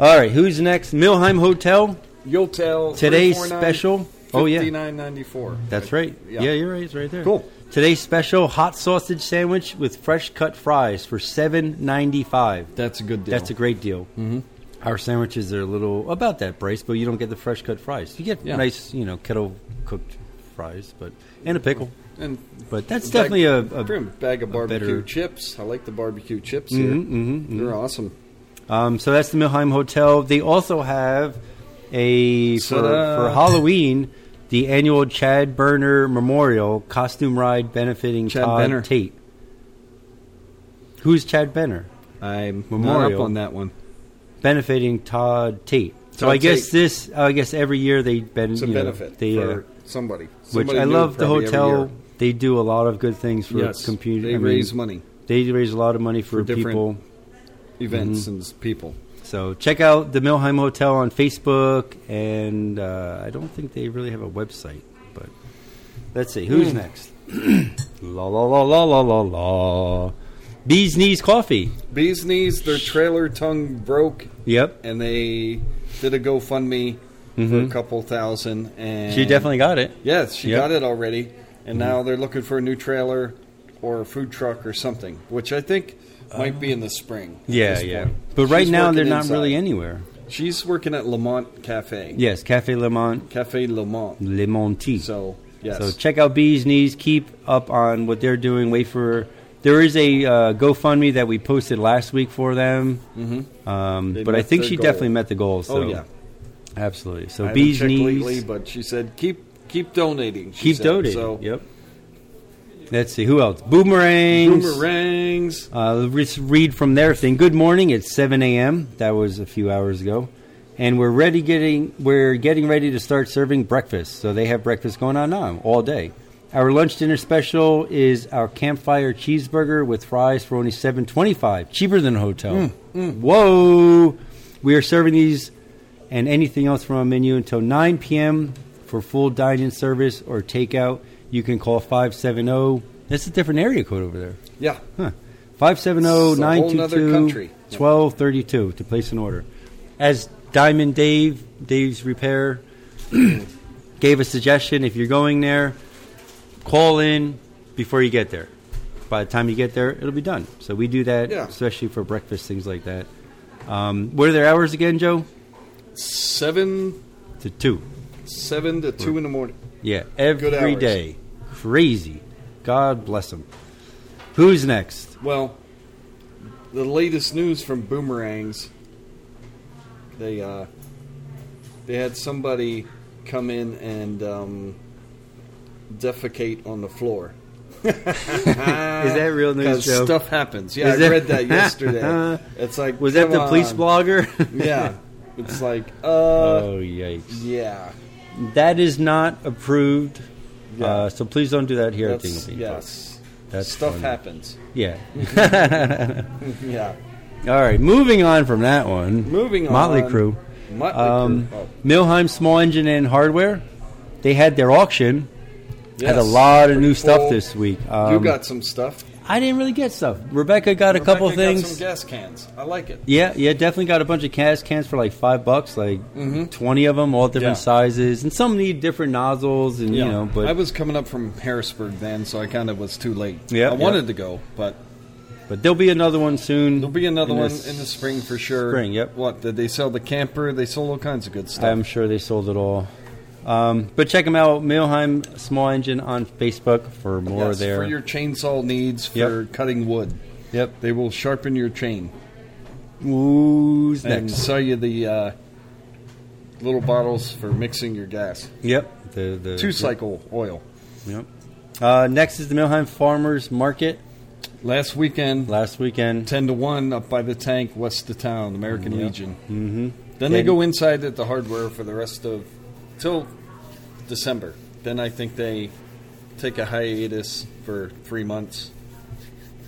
Speaker 2: All right. Who's next? Milheim Hotel.
Speaker 1: You'll tell.
Speaker 2: Today's special. Oh yeah,
Speaker 1: 59.94.
Speaker 2: that's right. Yeah. you're right. It's right there.
Speaker 1: Cool.
Speaker 2: Today's special hot sausage sandwich with fresh cut fries for seven ninety five.
Speaker 1: That's a good deal.
Speaker 2: That's a great deal. Mm-hmm. Our sandwiches are a little about that price, but you don't get the fresh cut fries. You get
Speaker 1: Yeah.
Speaker 2: nice, you know, kettle cooked fries, but and a pickle.
Speaker 1: And
Speaker 2: But that's
Speaker 1: bag-
Speaker 2: definitely a, a
Speaker 1: prim- bag of
Speaker 2: a
Speaker 1: barbecue
Speaker 2: better-
Speaker 1: chips. I like the barbecue chips here.
Speaker 2: Mhm, mhm,
Speaker 1: They're awesome.
Speaker 2: Um, so that's the Milheim Hotel. They also have a for,
Speaker 1: Ta-da.
Speaker 2: for Halloween the annual Chad Burner Memorial costume ride benefiting
Speaker 1: Chad
Speaker 2: Todd
Speaker 1: Benner.
Speaker 2: Tate. Who's Chad Benner?
Speaker 1: I'm not up
Speaker 2: Memorial.
Speaker 1: on that one.
Speaker 2: Benefiting Todd Tate. So
Speaker 1: Todd
Speaker 2: I guess
Speaker 1: Tate.
Speaker 2: this. I guess every year they ben,
Speaker 1: It's a
Speaker 2: you know,
Speaker 1: benefit
Speaker 2: they, uh,
Speaker 1: for somebody.
Speaker 2: which
Speaker 1: Somebody
Speaker 2: I
Speaker 1: new
Speaker 2: love the
Speaker 1: probably every
Speaker 2: hotel.
Speaker 1: year.
Speaker 2: They do a lot of good things for
Speaker 1: Yes,
Speaker 2: community.
Speaker 1: they
Speaker 2: I mean,
Speaker 1: raise money,
Speaker 2: they raise a lot of money
Speaker 1: for
Speaker 2: for,
Speaker 1: different-
Speaker 2: people.
Speaker 1: events,
Speaker 2: mm-hmm.
Speaker 1: and s- people.
Speaker 2: So check out the Milheim Hotel on Facebook, and uh, I don't think they really have a website. But let's see
Speaker 1: Hmm.
Speaker 2: who's next. la la la la la la la. Bees Knees Coffee.
Speaker 1: Bees knees, their trailer tongue broke,
Speaker 2: Yep,
Speaker 1: and they did a GoFundMe for a couple thousand. And
Speaker 2: Mm-hmm. she definitely got it.
Speaker 1: yes, she
Speaker 2: Yep. Mm-hmm.
Speaker 1: got it already, and now they're looking for a new trailer or a food truck or something, which I think might be in the spring. at
Speaker 2: Uh, Yeah,
Speaker 1: this
Speaker 2: yeah.
Speaker 1: point.
Speaker 2: But right
Speaker 1: She's
Speaker 2: now
Speaker 1: working
Speaker 2: they're not
Speaker 1: inside.
Speaker 2: really anywhere.
Speaker 1: She's working at Lamont Cafe.
Speaker 2: Yes, Cafe Le Mont,
Speaker 1: Cafe Lamont.
Speaker 2: Le Monti.
Speaker 1: So yes,
Speaker 2: So check out Bees Knees. Keep up on what they're doing. Wait for there is a uh, GoFundMe that we posted last week for them. Mm-hmm. Um,
Speaker 1: They
Speaker 2: but I
Speaker 1: met
Speaker 2: think
Speaker 1: their
Speaker 2: she
Speaker 1: goal.
Speaker 2: definitely met the goal. So
Speaker 1: oh yeah.
Speaker 2: absolutely.
Speaker 1: I
Speaker 2: So
Speaker 1: haven't
Speaker 2: Bees
Speaker 1: checked
Speaker 2: Knees,
Speaker 1: lately, but she said keep keep donating. she
Speaker 2: keep
Speaker 1: said.
Speaker 2: donating.
Speaker 1: So
Speaker 2: Yep. Let's see who else. Boomerangs.
Speaker 1: boomerangs.
Speaker 2: Uh, let's read from their thing. Good morning. It's 7 a.m. That was a few hours ago, and we're ready getting we're getting ready to start serving breakfast. So they have breakfast going on now all day. Our lunch dinner special is our campfire cheeseburger with fries for only 7.25, cheaper than a hotel. Whoa! We are serving these and anything else from our menu until 9 p.m. for full dine-in service or takeout. You can call 570. That's a different area code over there.
Speaker 1: Yeah,
Speaker 2: Huh. oh,
Speaker 1: It's a whole nother country.
Speaker 2: 570-922-1232 to place an order. As Diamond Dave, Dave's Repair, gave a suggestion, if you're going there, call in before you get there. By the time you get there, it'll be done. So we do that,
Speaker 1: Yeah.
Speaker 2: especially for breakfast, things like that. Um, what are their hours again, Joe?
Speaker 1: seven
Speaker 2: To 2.
Speaker 1: seven to two in the morning.
Speaker 2: Yeah, every day.
Speaker 1: hours.
Speaker 2: Crazy. God bless them. Who's next?
Speaker 1: Well, the latest news from boomerangs. They uh, they had somebody come in and um, defecate on the floor.
Speaker 2: Is that real news,
Speaker 1: 'Cause
Speaker 2: Joe?
Speaker 1: stuff happens. Yeah,
Speaker 2: Is
Speaker 1: I
Speaker 2: that-
Speaker 1: read that yesterday. it's like
Speaker 2: Was that
Speaker 1: come
Speaker 2: the police
Speaker 1: on.
Speaker 2: blogger?
Speaker 1: Yeah, it's like uh,
Speaker 2: Oh yikes!
Speaker 1: yeah.
Speaker 2: That is not approved.
Speaker 1: Yeah.
Speaker 2: Uh, so please don't do that here at
Speaker 1: That's-
Speaker 2: Dingleby.
Speaker 1: yes.
Speaker 2: That's
Speaker 1: Stuff
Speaker 2: funny.
Speaker 1: happens.
Speaker 2: Yeah.
Speaker 1: Yeah.
Speaker 2: All right. Moving on from that one.
Speaker 1: Moving on.
Speaker 2: Motley Crue.
Speaker 1: Motley
Speaker 2: Um,
Speaker 1: Crue. Oh,
Speaker 2: Milheim Small Engine and Hardware. They had their auction. Had a
Speaker 1: yes.
Speaker 2: lot of new
Speaker 1: Pretty
Speaker 2: stuff
Speaker 1: full.
Speaker 2: this week.
Speaker 1: you
Speaker 2: Um,
Speaker 1: got some stuff.
Speaker 2: I didn't really get stuff. Rebecca got a couple
Speaker 1: Rebecca got
Speaker 2: things.
Speaker 1: some gas cans. I like it.
Speaker 2: Yeah, yeah, definitely got a bunch of gas cans for like five bucks, like twenty of them, all different
Speaker 1: Mm-hmm. Yeah.
Speaker 2: sizes, and some need different nozzles, and you know. But
Speaker 1: I was coming up from Harrisburg then, so I kind of was too late.
Speaker 2: Yeah,
Speaker 1: I wanted to go, but
Speaker 2: but there'll be another one soon.
Speaker 1: there'll be another one
Speaker 2: this-
Speaker 1: in the spring for sure.
Speaker 2: spring, yep.
Speaker 1: What did they sell? The camper. They sold all kinds of good stuff.
Speaker 2: I'm sure they sold it all. Um, but check them out, Milheim Small Engine on Facebook for more
Speaker 1: Yes,
Speaker 2: there.
Speaker 1: for your chainsaw needs for
Speaker 2: Yep.
Speaker 1: cutting wood.
Speaker 2: yep.
Speaker 1: They will sharpen your chain
Speaker 2: Who's
Speaker 1: and
Speaker 2: next?
Speaker 1: sell you the uh, little bottles for mixing your gas.
Speaker 2: Yep. The the
Speaker 1: Two cycle oil.
Speaker 2: Yep. Uh, next is the Milheim Farmers Market.
Speaker 1: Last weekend,
Speaker 2: Last weekend,
Speaker 1: ten to one up by the tank west of town, American Legion. Mm-hmm. Then they
Speaker 2: And-
Speaker 1: go inside at the hardware for the rest of till December. Then I think they take a hiatus for three months,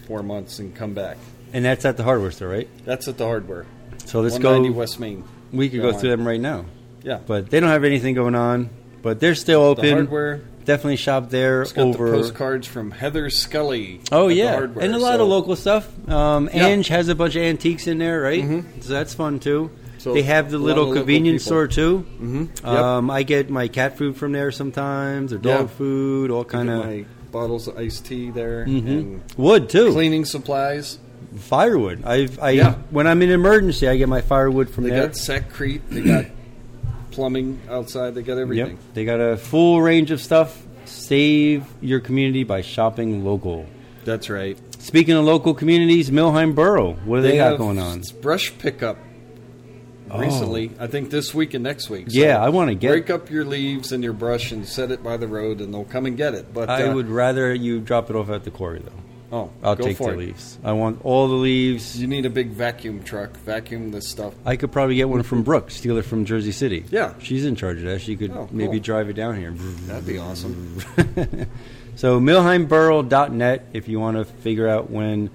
Speaker 1: four months, and come back.
Speaker 2: and that's at the hardware store, right?
Speaker 1: That's at the hardware.
Speaker 2: So let's go.
Speaker 1: 190 West Main.
Speaker 2: we could go
Speaker 1: Go
Speaker 2: through
Speaker 1: on.
Speaker 2: them right now.
Speaker 1: Yeah,
Speaker 2: but they don't have anything going on. But they're still open.
Speaker 1: the hardware.
Speaker 2: Definitely shop there
Speaker 1: It's got the
Speaker 2: over.
Speaker 1: postcards from Heather Scully.
Speaker 2: Oh
Speaker 1: at the
Speaker 2: yeah,
Speaker 1: hardware,
Speaker 2: and a lot
Speaker 1: so-
Speaker 2: of local stuff. Um,
Speaker 1: Yeah. Mm-hmm.
Speaker 2: Ange has a bunch of antiques in there, right? So that's fun too.
Speaker 1: So
Speaker 2: they have the
Speaker 1: a lot of
Speaker 2: little
Speaker 1: local
Speaker 2: convenience
Speaker 1: people.
Speaker 2: store too.
Speaker 1: Mhm. Yep.
Speaker 2: Um, I get my cat food from there sometimes, or dog
Speaker 1: Yeah.
Speaker 2: food, all
Speaker 1: Look at
Speaker 2: kind of
Speaker 1: my bottles of iced tea there
Speaker 2: Mm-hmm.
Speaker 1: and
Speaker 2: wood too.
Speaker 1: cleaning supplies.
Speaker 2: Firewood. I've, I
Speaker 1: Yeah.
Speaker 2: when I'm in emergency, I get my firewood from
Speaker 1: They
Speaker 2: there.
Speaker 1: got Sackcrete. They got plumbing outside. They got everything.
Speaker 2: Yep. They got a full range of stuff. Save your community by shopping local.
Speaker 1: That's right.
Speaker 2: Speaking of local communities, Milheim Borough, what do they, got
Speaker 1: have
Speaker 2: going on?
Speaker 1: s- Brush pickup recently. I think this week and next week. So
Speaker 2: Oh. Yeah, I wanna get-
Speaker 1: break up your leaves and your brush and set it by the road, and they'll come and get it. But
Speaker 2: I
Speaker 1: uh,
Speaker 2: would rather you drop it off at the quarry, though.
Speaker 1: Oh,
Speaker 2: I'll
Speaker 1: go
Speaker 2: take
Speaker 1: for it.
Speaker 2: the leaves. I want all the leaves.
Speaker 1: You need a big vacuum truck. Vacuum this stuff.
Speaker 2: I could probably get one from Brooke, steal it from Jersey City.
Speaker 1: Yeah.
Speaker 2: She's in charge of that. She could
Speaker 1: Oh, cool.
Speaker 2: maybe drive it down here.
Speaker 1: That'd be awesome.
Speaker 2: so, milheimborough.net if you want to figure out when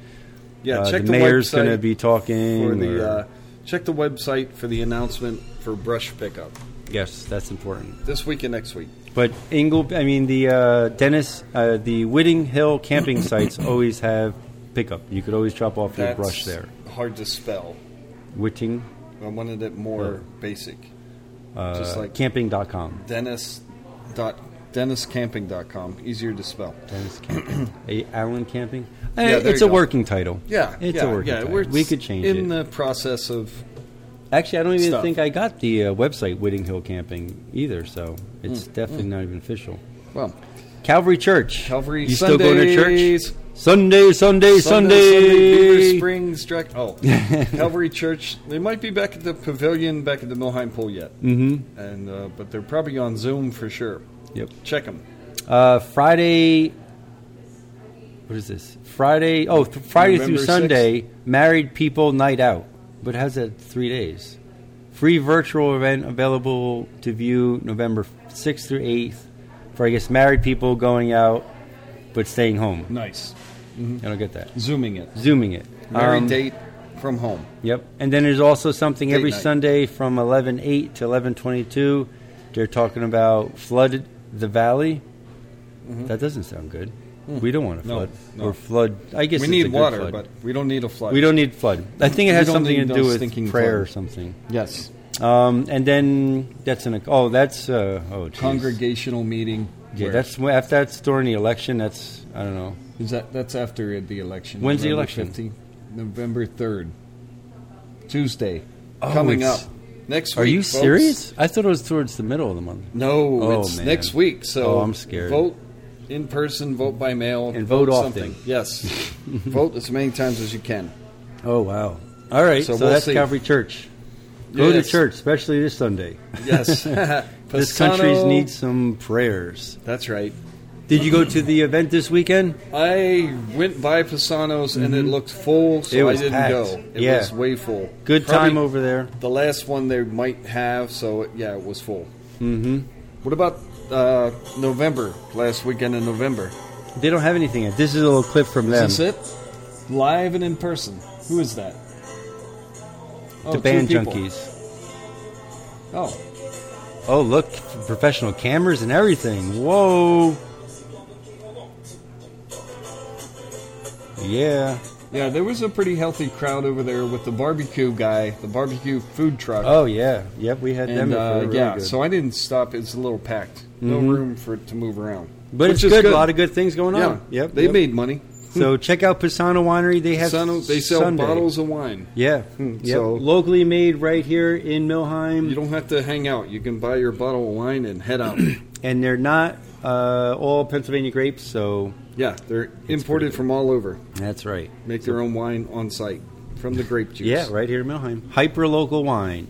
Speaker 1: Yeah,
Speaker 2: uh,
Speaker 1: check
Speaker 2: the
Speaker 1: the
Speaker 2: mayor's
Speaker 1: website
Speaker 2: going to be talking.
Speaker 1: for the.
Speaker 2: or-
Speaker 1: Uh, check the website for the announcement for brush pickup
Speaker 2: yes, that's important.
Speaker 1: this week and next week.
Speaker 2: But Ingle, I mean the uh, Dennis, uh, the Whitting Hill camping sites always have pickup. You could always drop off your
Speaker 1: That's
Speaker 2: brush there.
Speaker 1: Hard to spell.
Speaker 2: Whitting,
Speaker 1: I wanted it more basic.
Speaker 2: uh,
Speaker 1: Just like-
Speaker 2: camping.com.
Speaker 1: Dennis. Dot, DennisCamping.com. Easier to spell.
Speaker 2: Dennis camping. A- Allen camping.
Speaker 1: Yeah,
Speaker 2: Eh,
Speaker 1: there
Speaker 2: it's a
Speaker 1: you go.
Speaker 2: working title.
Speaker 1: Yeah,
Speaker 2: it's
Speaker 1: yeah,
Speaker 2: a working
Speaker 1: yeah.
Speaker 2: title.
Speaker 1: We're
Speaker 2: we could change
Speaker 1: in
Speaker 2: it.
Speaker 1: the process of
Speaker 2: Actually, I don't even
Speaker 1: stuff.
Speaker 2: think I got the uh, website Whitting Hill camping either. So
Speaker 1: Mm,
Speaker 2: it's definitely not even official.
Speaker 1: well,
Speaker 2: Calvary Church.
Speaker 1: Calvary
Speaker 2: You still going to
Speaker 1: Sundays.
Speaker 2: church? Sunday, Sunday, Sunday.
Speaker 1: Beaver Springs direct. Oh, Calvary Church. They might be back at the pavilion, back at the Milheim Pool yet, mm-hmm. and uh, but they're probably on Zoom for sure.
Speaker 2: Yep.
Speaker 1: Check them.
Speaker 2: Uh, Friday. What is this? Friday. Oh, th- Friday
Speaker 1: November
Speaker 2: through
Speaker 1: sixth.
Speaker 2: Sunday, married people night out. But how's that three days? Free virtual event available to view November sixth through eighth for I guess married people going out but staying home.
Speaker 1: Nice. Mm.
Speaker 2: I don't get that.
Speaker 1: Zooming it.
Speaker 2: Zooming it.
Speaker 1: Married
Speaker 2: Um,
Speaker 1: date from home.
Speaker 2: Yep. And then there's also something
Speaker 1: Date
Speaker 2: every
Speaker 1: night.
Speaker 2: Sunday from 11:08 to 11:22. They're talking about flood the valley. That doesn't sound good. We don't want to
Speaker 1: Mm-hmm. Hmm. No,
Speaker 2: flood
Speaker 1: no.
Speaker 2: or flood. I guess
Speaker 1: We
Speaker 2: it's a
Speaker 1: need
Speaker 2: good
Speaker 1: water,
Speaker 2: flood.
Speaker 1: but we don't need a flood.
Speaker 2: we don't need flood. I think it
Speaker 1: We
Speaker 2: has
Speaker 1: don't
Speaker 2: something to
Speaker 1: need
Speaker 2: do
Speaker 1: those
Speaker 2: with
Speaker 1: stinking
Speaker 2: prayer
Speaker 1: flood.
Speaker 2: or something.
Speaker 1: Yes.
Speaker 2: Um, and then that's an oh that's uh, oh geez.
Speaker 1: Congregational meeting.
Speaker 2: Yeah,
Speaker 1: Where-
Speaker 2: that's when- if that's during the election. That's I don't know.
Speaker 1: is that that's after the election.
Speaker 2: When's the
Speaker 1: November 15th,
Speaker 2: election?
Speaker 1: November third, Tuesday.
Speaker 2: Oh,
Speaker 1: coming up
Speaker 2: it's-
Speaker 1: next week.
Speaker 2: Are you
Speaker 1: folks.
Speaker 2: serious? I thought it was towards the middle of the month.
Speaker 1: No,
Speaker 2: Oh,
Speaker 1: it's
Speaker 2: man.
Speaker 1: next week. So
Speaker 2: Oh, I'm scared.
Speaker 1: Vote in person, vote by mail,
Speaker 2: And vote often.
Speaker 1: something. Yes, vote as many times as you can.
Speaker 2: Oh wow! All right,
Speaker 1: So
Speaker 2: so,
Speaker 1: we'll
Speaker 2: that's
Speaker 1: see.
Speaker 2: Calvary Church. Go
Speaker 1: Yes.
Speaker 2: to church, especially this Sunday.
Speaker 1: Yes,
Speaker 2: This
Speaker 1: Pisano-
Speaker 2: country needs some prayers.
Speaker 1: That's right.
Speaker 2: Did you go to the event this weekend?
Speaker 1: I went by Pisano's and it looked full, so
Speaker 2: Mm-hmm. It was
Speaker 1: I didn't
Speaker 2: packed.
Speaker 1: go. It
Speaker 2: Yeah.
Speaker 1: was way full.
Speaker 2: Good
Speaker 1: Probably
Speaker 2: time over there.
Speaker 1: The last one they might have, so it- yeah, it was full. Mm-hmm. What about uh, November? Last weekend in November.
Speaker 2: They don't have anything yet. This is a little clip from them.
Speaker 1: Is this it? Live and in person. Who is that? Oh,
Speaker 2: The
Speaker 1: two
Speaker 2: band
Speaker 1: people.
Speaker 2: junkies.
Speaker 1: Oh,
Speaker 2: Oh, look, professional cameras and everything. Whoa. Yeah.
Speaker 1: yeah. There was a pretty healthy crowd over there with the barbecue guy, the barbecue food truck.
Speaker 2: Oh, yeah. Yep, we had them.
Speaker 1: and
Speaker 2: They were
Speaker 1: uh,
Speaker 2: really
Speaker 1: yeah,
Speaker 2: good. Mm-hmm.
Speaker 1: so I didn't stop. It's a little packed. No room for it to move around.
Speaker 2: but
Speaker 1: Which
Speaker 2: it's
Speaker 1: is
Speaker 2: good. A lot of good things going
Speaker 1: Yeah.
Speaker 2: on. Yep.
Speaker 1: They
Speaker 2: yep.
Speaker 1: made money.
Speaker 2: So check out Pisano Winery. They have
Speaker 1: Son of- they sell
Speaker 2: Sunday.
Speaker 1: bottles of wine.
Speaker 2: Yeah,
Speaker 1: Yep. Hmm, so-
Speaker 2: locally made right here in Milheim,
Speaker 1: You don't have to hang out. You can buy your bottle of wine and head out.
Speaker 2: and they're not uh, all Pennsylvania grapes, so
Speaker 1: yeah, they're imported from all over.
Speaker 2: that's right.
Speaker 1: Make their own wine on site from the grape juice.
Speaker 2: Yeah, right here in Milheim, hyper local wine.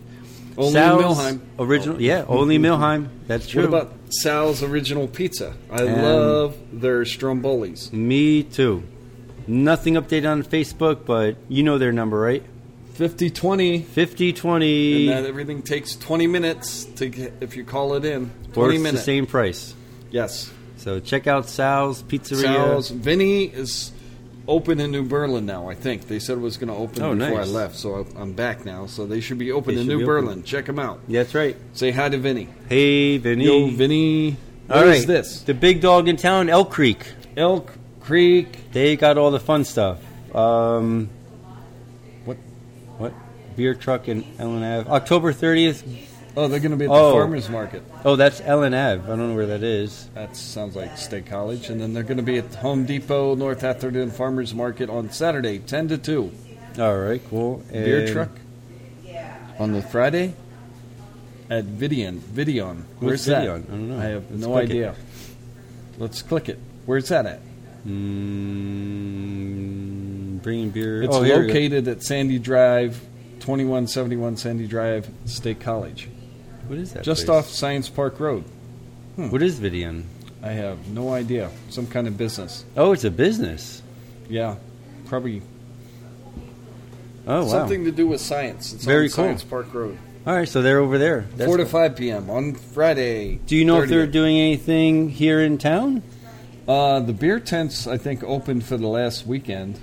Speaker 1: Only in
Speaker 2: Sal's
Speaker 1: Milheim.
Speaker 2: original. Yeah, only Milheim. That's
Speaker 1: What
Speaker 2: true.
Speaker 1: about Sal's original pizza? I
Speaker 2: Um,
Speaker 1: love their Strombolis.
Speaker 2: me too? Nothing updated on Facebook, but you know their number, right?
Speaker 1: 50 20.
Speaker 2: Fifty
Speaker 1: And
Speaker 2: twenty,
Speaker 1: that everything takes 20 minutes to get, if you call it in.
Speaker 2: or
Speaker 1: 20
Speaker 2: it's the
Speaker 1: minutes.
Speaker 2: same price.
Speaker 1: Yes.
Speaker 2: So check out Sal's Pizzeria.
Speaker 1: Sal's. Vinny is open in New Berlin now, I think. They said it was going to open
Speaker 2: Oh,
Speaker 1: before
Speaker 2: nice.
Speaker 1: I left, so I- I'm back now. So they should be open
Speaker 2: They
Speaker 1: in
Speaker 2: should
Speaker 1: New
Speaker 2: be open.
Speaker 1: Berlin. Check them out.
Speaker 2: That's right.
Speaker 1: Say hi to Vinny.
Speaker 2: Hey, Vinny.
Speaker 1: Yo, Vinny.
Speaker 2: All right,
Speaker 1: What is this?
Speaker 2: The big dog in town, Elk Creek.
Speaker 1: Elk Creek.
Speaker 2: They got all the fun stuff. Um,
Speaker 1: What?
Speaker 2: What? Beer truck in Ellen Ave. October 30th.
Speaker 1: Oh, they're going to be at
Speaker 2: Oh.
Speaker 1: the farmer's market.
Speaker 2: Oh, that's Ellen Ave. I don't know where that is.
Speaker 1: That sounds like State College. And then they're going to be at Home Depot, North Atherton Farmers Market on Saturday, 10 to 2.
Speaker 2: All right, cool.
Speaker 1: Beer
Speaker 2: And-
Speaker 1: truck on the Friday at Vidian. Vidion. Where's that?
Speaker 2: Vidion? I don't know.
Speaker 1: I have
Speaker 2: Let's
Speaker 1: no
Speaker 2: click it.
Speaker 1: idea. Let's click it. Where's that at?
Speaker 2: Mm, bringing beer.
Speaker 1: It's
Speaker 2: oh, here we go.
Speaker 1: located at Sandy Drive, 2171 Sandy Drive State College,
Speaker 2: What is that?
Speaker 1: just
Speaker 2: place?
Speaker 1: off Science Park Road.
Speaker 2: What is Vidian?
Speaker 1: I have no idea. Some kind of business.
Speaker 2: Oh, it's a business.
Speaker 1: Yeah, probably
Speaker 2: Oh wow.
Speaker 1: something to do with science. It's
Speaker 2: Very
Speaker 1: on
Speaker 2: cool.
Speaker 1: Science Park Road,
Speaker 2: All right, so they're over there. That's
Speaker 1: four to
Speaker 2: cool.
Speaker 1: five p.m. on Friday.
Speaker 2: Do you know if they're
Speaker 1: 30th.
Speaker 2: doing anything here in town?
Speaker 1: Uh, the beer tents, I think, opened for the last weekend.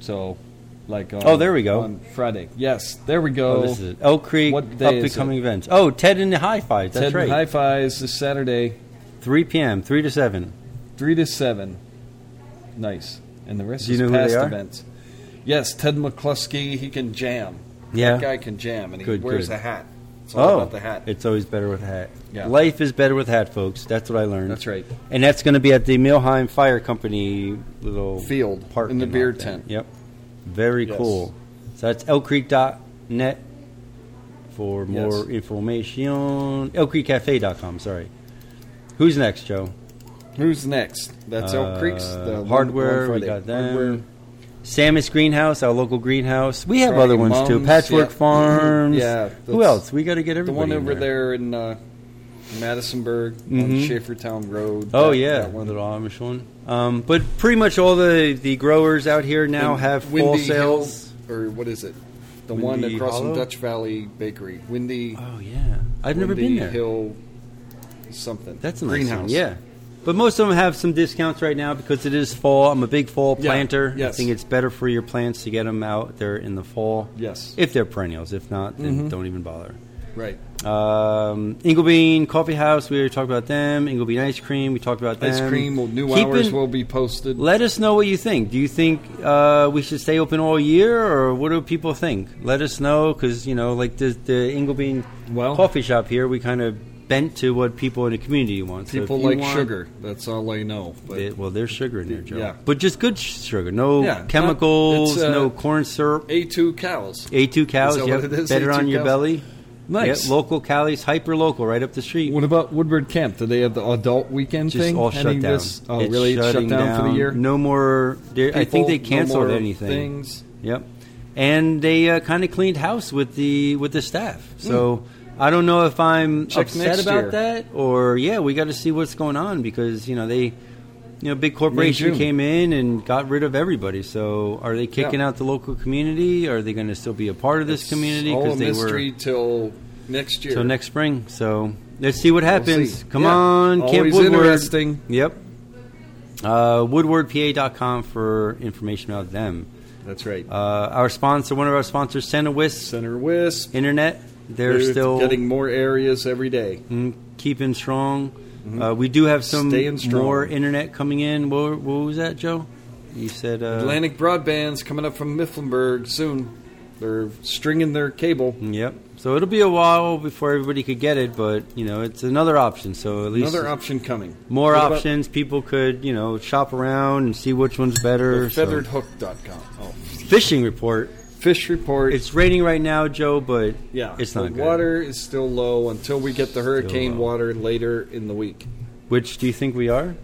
Speaker 1: So, like, on,
Speaker 2: Oh, there we go.
Speaker 1: On Friday. Yes, there we
Speaker 2: Oh,
Speaker 1: go.
Speaker 2: this is it. Elk Creek
Speaker 1: what day
Speaker 2: up
Speaker 1: is
Speaker 2: and coming events. Oh, Ted and the High Fives. That's
Speaker 1: Ted
Speaker 2: right.
Speaker 1: High Fives this Saturday,
Speaker 2: 3 p.m. 3 to 7.
Speaker 1: three to seven. Nice. And the rest
Speaker 2: Do you
Speaker 1: is
Speaker 2: know who
Speaker 1: past
Speaker 2: they are?
Speaker 1: events. Yes, Ted McCluskey. He can jam. That
Speaker 2: Yeah.
Speaker 1: guy can jam, and he
Speaker 2: Good,
Speaker 1: wears
Speaker 2: good.
Speaker 1: a hat. It's all
Speaker 2: Oh,
Speaker 1: about the hat.
Speaker 2: it's always better with a hat.
Speaker 1: Yeah.
Speaker 2: Life is better with a hat, folks. That's what I learned.
Speaker 1: That's right.
Speaker 2: And that's going to be at the Milheim Fire Company little
Speaker 1: Field,
Speaker 2: park
Speaker 1: in the
Speaker 2: and
Speaker 1: beer
Speaker 2: all that.
Speaker 1: tent.
Speaker 2: Yep. Very
Speaker 1: Yes.
Speaker 2: cool. So that's elkcreek.net for more
Speaker 1: Yes.
Speaker 2: information. Elkcreekcafe.com, sorry. Who's next, Joe?
Speaker 1: Who's next? That's Elk Creek's.
Speaker 2: Uh,
Speaker 1: The one-
Speaker 2: hardware.
Speaker 1: one Friday.
Speaker 2: we got
Speaker 1: Hardware.
Speaker 2: them. Samus Greenhouse, our local greenhouse. We have
Speaker 1: Friday
Speaker 2: other ones too.
Speaker 1: Mums, yeah.
Speaker 2: Patchwork
Speaker 1: Mm-hmm.
Speaker 2: Farms.
Speaker 1: Yeah,
Speaker 2: Who
Speaker 1: that's
Speaker 2: else? We got to get
Speaker 1: The
Speaker 2: everybody.
Speaker 1: one
Speaker 2: in
Speaker 1: over there in uh, Madisonburg on
Speaker 2: Mhm.
Speaker 1: Schaefertown Road.
Speaker 2: Oh
Speaker 1: that-
Speaker 2: yeah,
Speaker 1: that one.
Speaker 2: little Amish one. Um, but pretty much all the, the growers out here now
Speaker 1: In
Speaker 2: have full
Speaker 1: Windy
Speaker 2: sales.
Speaker 1: Hill, or what is it? The one
Speaker 2: Windy
Speaker 1: across
Speaker 2: Hollow?
Speaker 1: from Dutch Valley Bakery. Windy.
Speaker 2: Oh yeah, I've never
Speaker 1: Windy
Speaker 2: been there.
Speaker 1: Hill something.
Speaker 2: That's a nice
Speaker 1: greenhouse.
Speaker 2: one, Yeah, but most of them have some discounts right now because it is fall. I'm a big fall
Speaker 1: Yeah,
Speaker 2: planter. I
Speaker 1: yes.
Speaker 2: think it's better for your plants to get them out there in the fall.
Speaker 1: Yes.
Speaker 2: If they're perennials, if not, then
Speaker 1: Mhm.
Speaker 2: don't even bother.
Speaker 1: Right.
Speaker 2: Um, Inglebean Coffee House, we already talked about them. Inglebean Ice Cream, we talked about them.
Speaker 1: Ice cream. Well, new
Speaker 2: Keep
Speaker 1: hours
Speaker 2: in-
Speaker 1: will be posted.
Speaker 2: Let us know what you think. Do you think uh, we should stay open all year, or what do people think? Let us know because you know, like the the Inglebean
Speaker 1: Well-
Speaker 2: coffee shop here, we kind of bent to what people in the community want. So if
Speaker 1: People
Speaker 2: you
Speaker 1: like
Speaker 2: want-
Speaker 1: sugar. That's all I know. But
Speaker 2: They- well, there's sugar in there, Joe.
Speaker 1: Yeah.
Speaker 2: But just good sh- sugar, no
Speaker 1: Yeah, it's not-
Speaker 2: chemicals,
Speaker 1: it's, uh,
Speaker 2: no corn syrup.
Speaker 1: A2 cows.
Speaker 2: A2 cows,
Speaker 1: that
Speaker 2: yep,
Speaker 1: what it is?
Speaker 2: better
Speaker 1: A2
Speaker 2: on your
Speaker 1: cows?
Speaker 2: belly.
Speaker 1: Nice.
Speaker 2: Yep, local calories, hyper local, right up the street.
Speaker 1: What about Woodward Camp? Do they have the adult weekend
Speaker 2: just
Speaker 1: thing?
Speaker 2: all
Speaker 1: Any
Speaker 2: shut down.
Speaker 1: of this- Oh,
Speaker 2: It's
Speaker 1: really? It's shut
Speaker 2: shutting
Speaker 1: down, for the year.
Speaker 2: No more. there- I think
Speaker 1: People,
Speaker 2: they
Speaker 1: no
Speaker 2: canceled
Speaker 1: more
Speaker 2: anything.
Speaker 1: Things.
Speaker 2: Yep. And they uh, kind of cleaned house with the with the staff. So I don't know if I'm
Speaker 1: Check
Speaker 2: upset
Speaker 1: next
Speaker 2: about
Speaker 1: year.
Speaker 2: that or yeah, we got to see what's going on because you know they you know big corporation
Speaker 1: June.
Speaker 2: came in and got rid of everybody. So are they kicking
Speaker 1: Yeah.
Speaker 2: out the local community? Are they going to still be a part of this community
Speaker 1: All a
Speaker 2: they
Speaker 1: mystery till next year.
Speaker 2: till next spring? So let's see what happens.
Speaker 1: see.
Speaker 2: Come
Speaker 1: Yeah.
Speaker 2: on, Camp
Speaker 1: Always
Speaker 2: Woodward.
Speaker 1: interesting.
Speaker 2: Yep. Uh, woodwardpa.com for information about them.
Speaker 1: That's right.
Speaker 2: Uh, our sponsor, one of our sponsors, Centerwist
Speaker 1: Center Wisp.
Speaker 2: Internet, they're, still
Speaker 1: getting more areas every day.
Speaker 2: mm, keeping strong. Uh, we do have some
Speaker 1: Mm-hmm. Staying strong.
Speaker 2: more internet coming in. What, what was that, Joe? You said uh,
Speaker 1: Atlantic Broadband's coming up from Mifflinburg soon. They're stringing their cable.
Speaker 2: Yep. So it'll be a while before everybody could get it, but you know it's another option. So at least
Speaker 1: Another option coming.
Speaker 2: more
Speaker 1: What about
Speaker 2: options. People could you know shop around and see which one's better. So-
Speaker 1: Featheredhook.com. Oh,
Speaker 2: fishing report.
Speaker 1: fish report.
Speaker 2: It's raining right now, Joe, but
Speaker 1: yeah,
Speaker 2: it's
Speaker 1: the
Speaker 2: not good.
Speaker 1: water is still low until we get the hurricane
Speaker 2: low.
Speaker 1: water later in the week.
Speaker 2: Which do you think we are?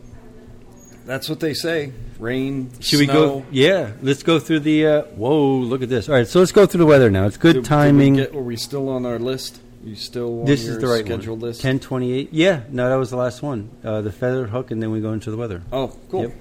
Speaker 1: That's what they say. Rain.
Speaker 2: Should we
Speaker 1: snow.
Speaker 2: go? Yeah, let's go through the. Uh, whoa, look at this. All right, so let's go through the weather now. It's good
Speaker 1: Did- did we
Speaker 2: timing.
Speaker 1: get- are we still on our list? You still on
Speaker 2: this
Speaker 1: your
Speaker 2: is the right
Speaker 1: schedule
Speaker 2: one.
Speaker 1: list?
Speaker 2: Ten twenty-eight. Yeah, no, that was the last one. Uh, the feathered hook, and then we go into the weather.
Speaker 1: Oh, cool.
Speaker 2: Yep.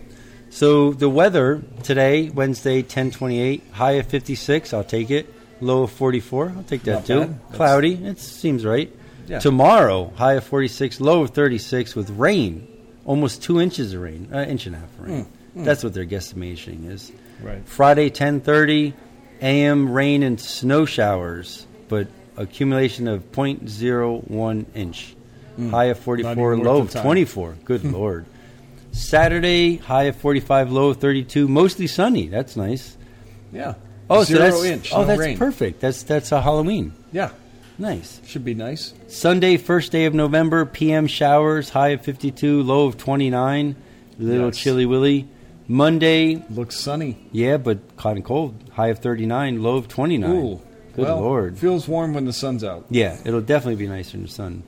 Speaker 2: So the weather today, Wednesday, ten twenty-eight. High of fifty-six. I'll take it. Low of forty-four. I'll take that
Speaker 1: Not
Speaker 2: too.
Speaker 1: bad. That's-
Speaker 2: Cloudy. It seems right.
Speaker 1: Yeah.
Speaker 2: Tomorrow, high of forty-six. Low of thirty-six with rain. Almost two inches of rain. Uh, inch and a half of rain.
Speaker 1: Hmm,
Speaker 2: That's what their guesstimation is.
Speaker 1: Right.
Speaker 2: Friday, 10:30 a.m. rain and snow showers, but accumulation of 0.01 inch. High of
Speaker 1: Hmm. Not
Speaker 2: 44,
Speaker 1: even worth
Speaker 2: low
Speaker 1: the
Speaker 2: of
Speaker 1: time. Hmm.
Speaker 2: 24. Good lord. Saturday, high of 45, low of 32. Mostly sunny. That's nice.
Speaker 1: Yeah.
Speaker 2: Oh,
Speaker 1: Zero
Speaker 2: so that's
Speaker 1: inch.
Speaker 2: oh,
Speaker 1: no
Speaker 2: that's
Speaker 1: rain.
Speaker 2: perfect. That's that's a Halloween.
Speaker 1: Yeah.
Speaker 2: Nice.
Speaker 1: Should be nice.
Speaker 2: Sunday, first day of November, PM showers, high of 52, low of 29. Little
Speaker 1: Yes.
Speaker 2: chilly willy. Monday,
Speaker 1: Looks sunny.
Speaker 2: yeah, but hot and cold. High of 39, low of 29.
Speaker 1: Ooh.
Speaker 2: Good
Speaker 1: well,
Speaker 2: lord.
Speaker 1: Feels warm when the sun's out.
Speaker 2: Yeah, it'll definitely be nicer in the sun.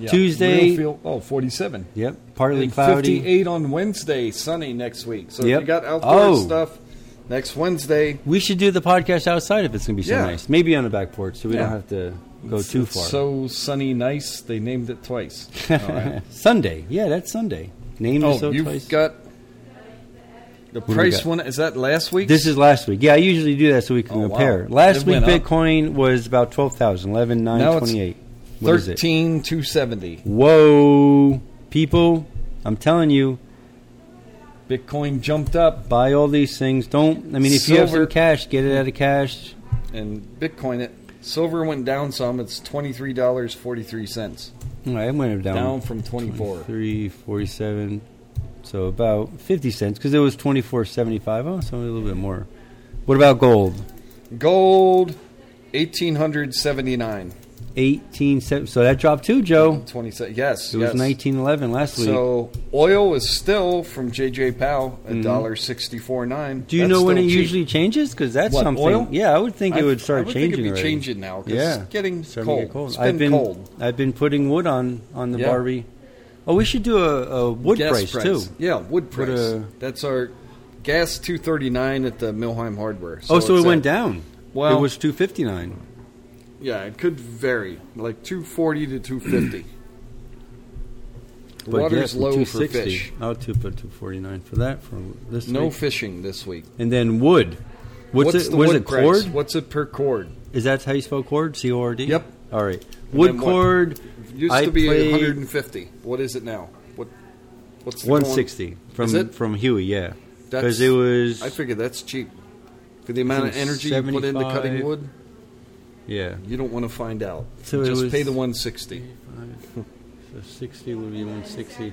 Speaker 1: Yeah.
Speaker 2: Tuesday,
Speaker 1: Real feel, oh, 47.
Speaker 2: yep, partly
Speaker 1: And
Speaker 2: cloudy.
Speaker 1: 58 on Wednesday, sunny next week. So
Speaker 2: Yep.
Speaker 1: if you got outdoor
Speaker 2: Oh.
Speaker 1: stuff, next Wednesday.
Speaker 2: We should do the podcast outside if it's going to be so
Speaker 1: Yeah.
Speaker 2: nice. Maybe on the back porch so we
Speaker 1: Yeah.
Speaker 2: don't have to go too
Speaker 1: It's
Speaker 2: far.
Speaker 1: So sunny, nice. They named it twice. All right.
Speaker 2: Sunday. Yeah, that's Sunday. Name is
Speaker 1: oh,
Speaker 2: so
Speaker 1: you've
Speaker 2: twice.
Speaker 1: got the
Speaker 2: do we
Speaker 1: price
Speaker 2: got?
Speaker 1: one. Is that last week?
Speaker 2: this is last week. Yeah, I usually do that so we can
Speaker 1: Oh, wow.
Speaker 2: compare. Last
Speaker 1: It
Speaker 2: week,
Speaker 1: went up.
Speaker 2: Bitcoin was about 12,000, 11,
Speaker 1: Now it's
Speaker 2: 28. What is it?
Speaker 1: thirteen two seventy.
Speaker 2: Whoa. People, I'm telling you,
Speaker 1: Bitcoin jumped up,
Speaker 2: buy all these things. Don't, I mean, if you have
Speaker 1: Silver.
Speaker 2: some cash, get it out of cash.
Speaker 1: and Bitcoin it. Silver went down some. It's twenty three dollars forty three cents.
Speaker 2: All right, I went down.
Speaker 1: Down from twenty four.
Speaker 2: 347 so about 50 cents because it was 2475 oh so a little bit more what about gold
Speaker 1: Gold eighteen hundred seventy nine.
Speaker 2: 18 se- so that dropped too joe
Speaker 1: Twenty seven. Yes,
Speaker 2: it
Speaker 1: yes.
Speaker 2: was 1911 last week
Speaker 1: So oil is still from JJ Powell a dollar sixty four nine.
Speaker 2: Mm-hmm. do you know when it usually changes because that's
Speaker 1: What,
Speaker 2: something
Speaker 1: oil?
Speaker 2: yeah i would think
Speaker 1: I-
Speaker 2: it would start
Speaker 1: I would think
Speaker 2: changing
Speaker 1: it'd be
Speaker 2: already.
Speaker 1: changing now 'cause
Speaker 2: yeah
Speaker 1: it's getting
Speaker 2: starting to
Speaker 1: cold.
Speaker 2: get cold
Speaker 1: It's
Speaker 2: i've
Speaker 1: been
Speaker 2: been
Speaker 1: cold.
Speaker 2: i've been putting wood on on the
Speaker 1: Yeah.
Speaker 2: barbie oh we should do a, a wood
Speaker 1: gas
Speaker 2: price, too
Speaker 1: Yeah, wood
Speaker 2: Put
Speaker 1: price.
Speaker 2: a-
Speaker 1: That's our gas two thirty nine at the Milheim Hardware.
Speaker 2: oh so
Speaker 1: it's
Speaker 2: it went
Speaker 1: at-
Speaker 2: down
Speaker 1: Well-
Speaker 2: it was 259
Speaker 1: Yeah, it could vary, like two forty to two fifty.
Speaker 2: But
Speaker 1: Water's
Speaker 2: yeah,
Speaker 1: low for
Speaker 2: 260.
Speaker 1: fish.
Speaker 2: I'll Oh, two put two forty nine for that for this.
Speaker 1: No
Speaker 2: week.
Speaker 1: fishing this week.
Speaker 2: and then wood. What's,
Speaker 1: What's
Speaker 2: it?
Speaker 1: the
Speaker 2: what is
Speaker 1: wood
Speaker 2: it?
Speaker 1: price?
Speaker 2: Cord?
Speaker 1: What's it per cord?
Speaker 2: Is that how you spell cord? C O R D.
Speaker 1: Yep.
Speaker 2: All right. Wood
Speaker 1: then what?
Speaker 2: cord.
Speaker 1: It used
Speaker 2: I
Speaker 1: to be
Speaker 2: played
Speaker 1: 150. What is it now? What? What's the
Speaker 2: one
Speaker 1: going-
Speaker 2: sixty from
Speaker 1: Is it?
Speaker 2: from Huey. Yeah,
Speaker 1: That's-
Speaker 2: because it was
Speaker 1: I figured that's cheap for the amount of
Speaker 2: Isn't
Speaker 1: energy you put into
Speaker 2: 75?
Speaker 1: cutting wood.
Speaker 2: yeah.
Speaker 1: You don't want to find out.
Speaker 2: So it
Speaker 1: just
Speaker 2: was-
Speaker 1: pay the 160.
Speaker 2: So sixty would be one sixty.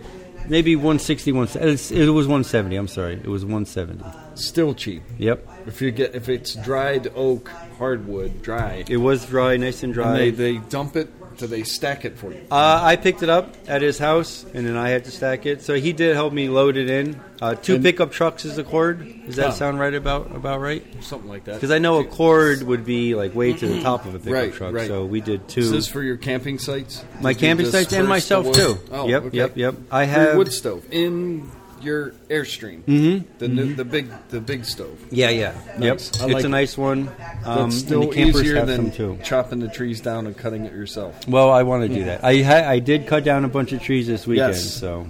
Speaker 2: Maybe one sixty one. It was one seventy. I'm sorry. It was one seventy.
Speaker 1: Still cheap.
Speaker 2: Yep.
Speaker 1: If you get if it's dried oak hardwood, dry.
Speaker 2: It was dry, nice and dry.
Speaker 1: and they, they dump it, so they stack it for you.
Speaker 2: Uh, I picked it up at his house, and then I had to stack it. So he did help me load it in. Uh, two
Speaker 1: And-
Speaker 2: pickup trucks is a cord. Does that
Speaker 1: Huh.
Speaker 2: sound right about about right?
Speaker 1: Something like that.
Speaker 2: Because I know a cord would be like way to the top of a pickup
Speaker 1: Mm-hmm. Right,
Speaker 2: truck.
Speaker 1: right.
Speaker 2: So we did
Speaker 1: Is
Speaker 2: two.
Speaker 1: this for your camping sites?
Speaker 2: My
Speaker 1: Did you
Speaker 2: camping sites
Speaker 1: disperse
Speaker 2: and
Speaker 1: the
Speaker 2: myself
Speaker 1: wood?
Speaker 2: too.
Speaker 1: Oh,
Speaker 2: yep,
Speaker 1: okay.
Speaker 2: yep, yep. I
Speaker 1: Your
Speaker 2: have
Speaker 1: wood stove in your airstream. Mm-hmm. The new, the big the big stove.
Speaker 2: Yeah, yeah.
Speaker 1: Nice.
Speaker 2: Yep.
Speaker 1: I
Speaker 2: it's
Speaker 1: like
Speaker 2: a
Speaker 1: it.
Speaker 2: nice one. Um,
Speaker 1: That's
Speaker 2: and
Speaker 1: still
Speaker 2: the campers
Speaker 1: easier
Speaker 2: have
Speaker 1: than
Speaker 2: them too.
Speaker 1: chopping the trees down and cutting it yourself.
Speaker 2: Well, I want to do that. I ha- I did cut down a bunch of trees this weekend,
Speaker 1: Yes.
Speaker 2: so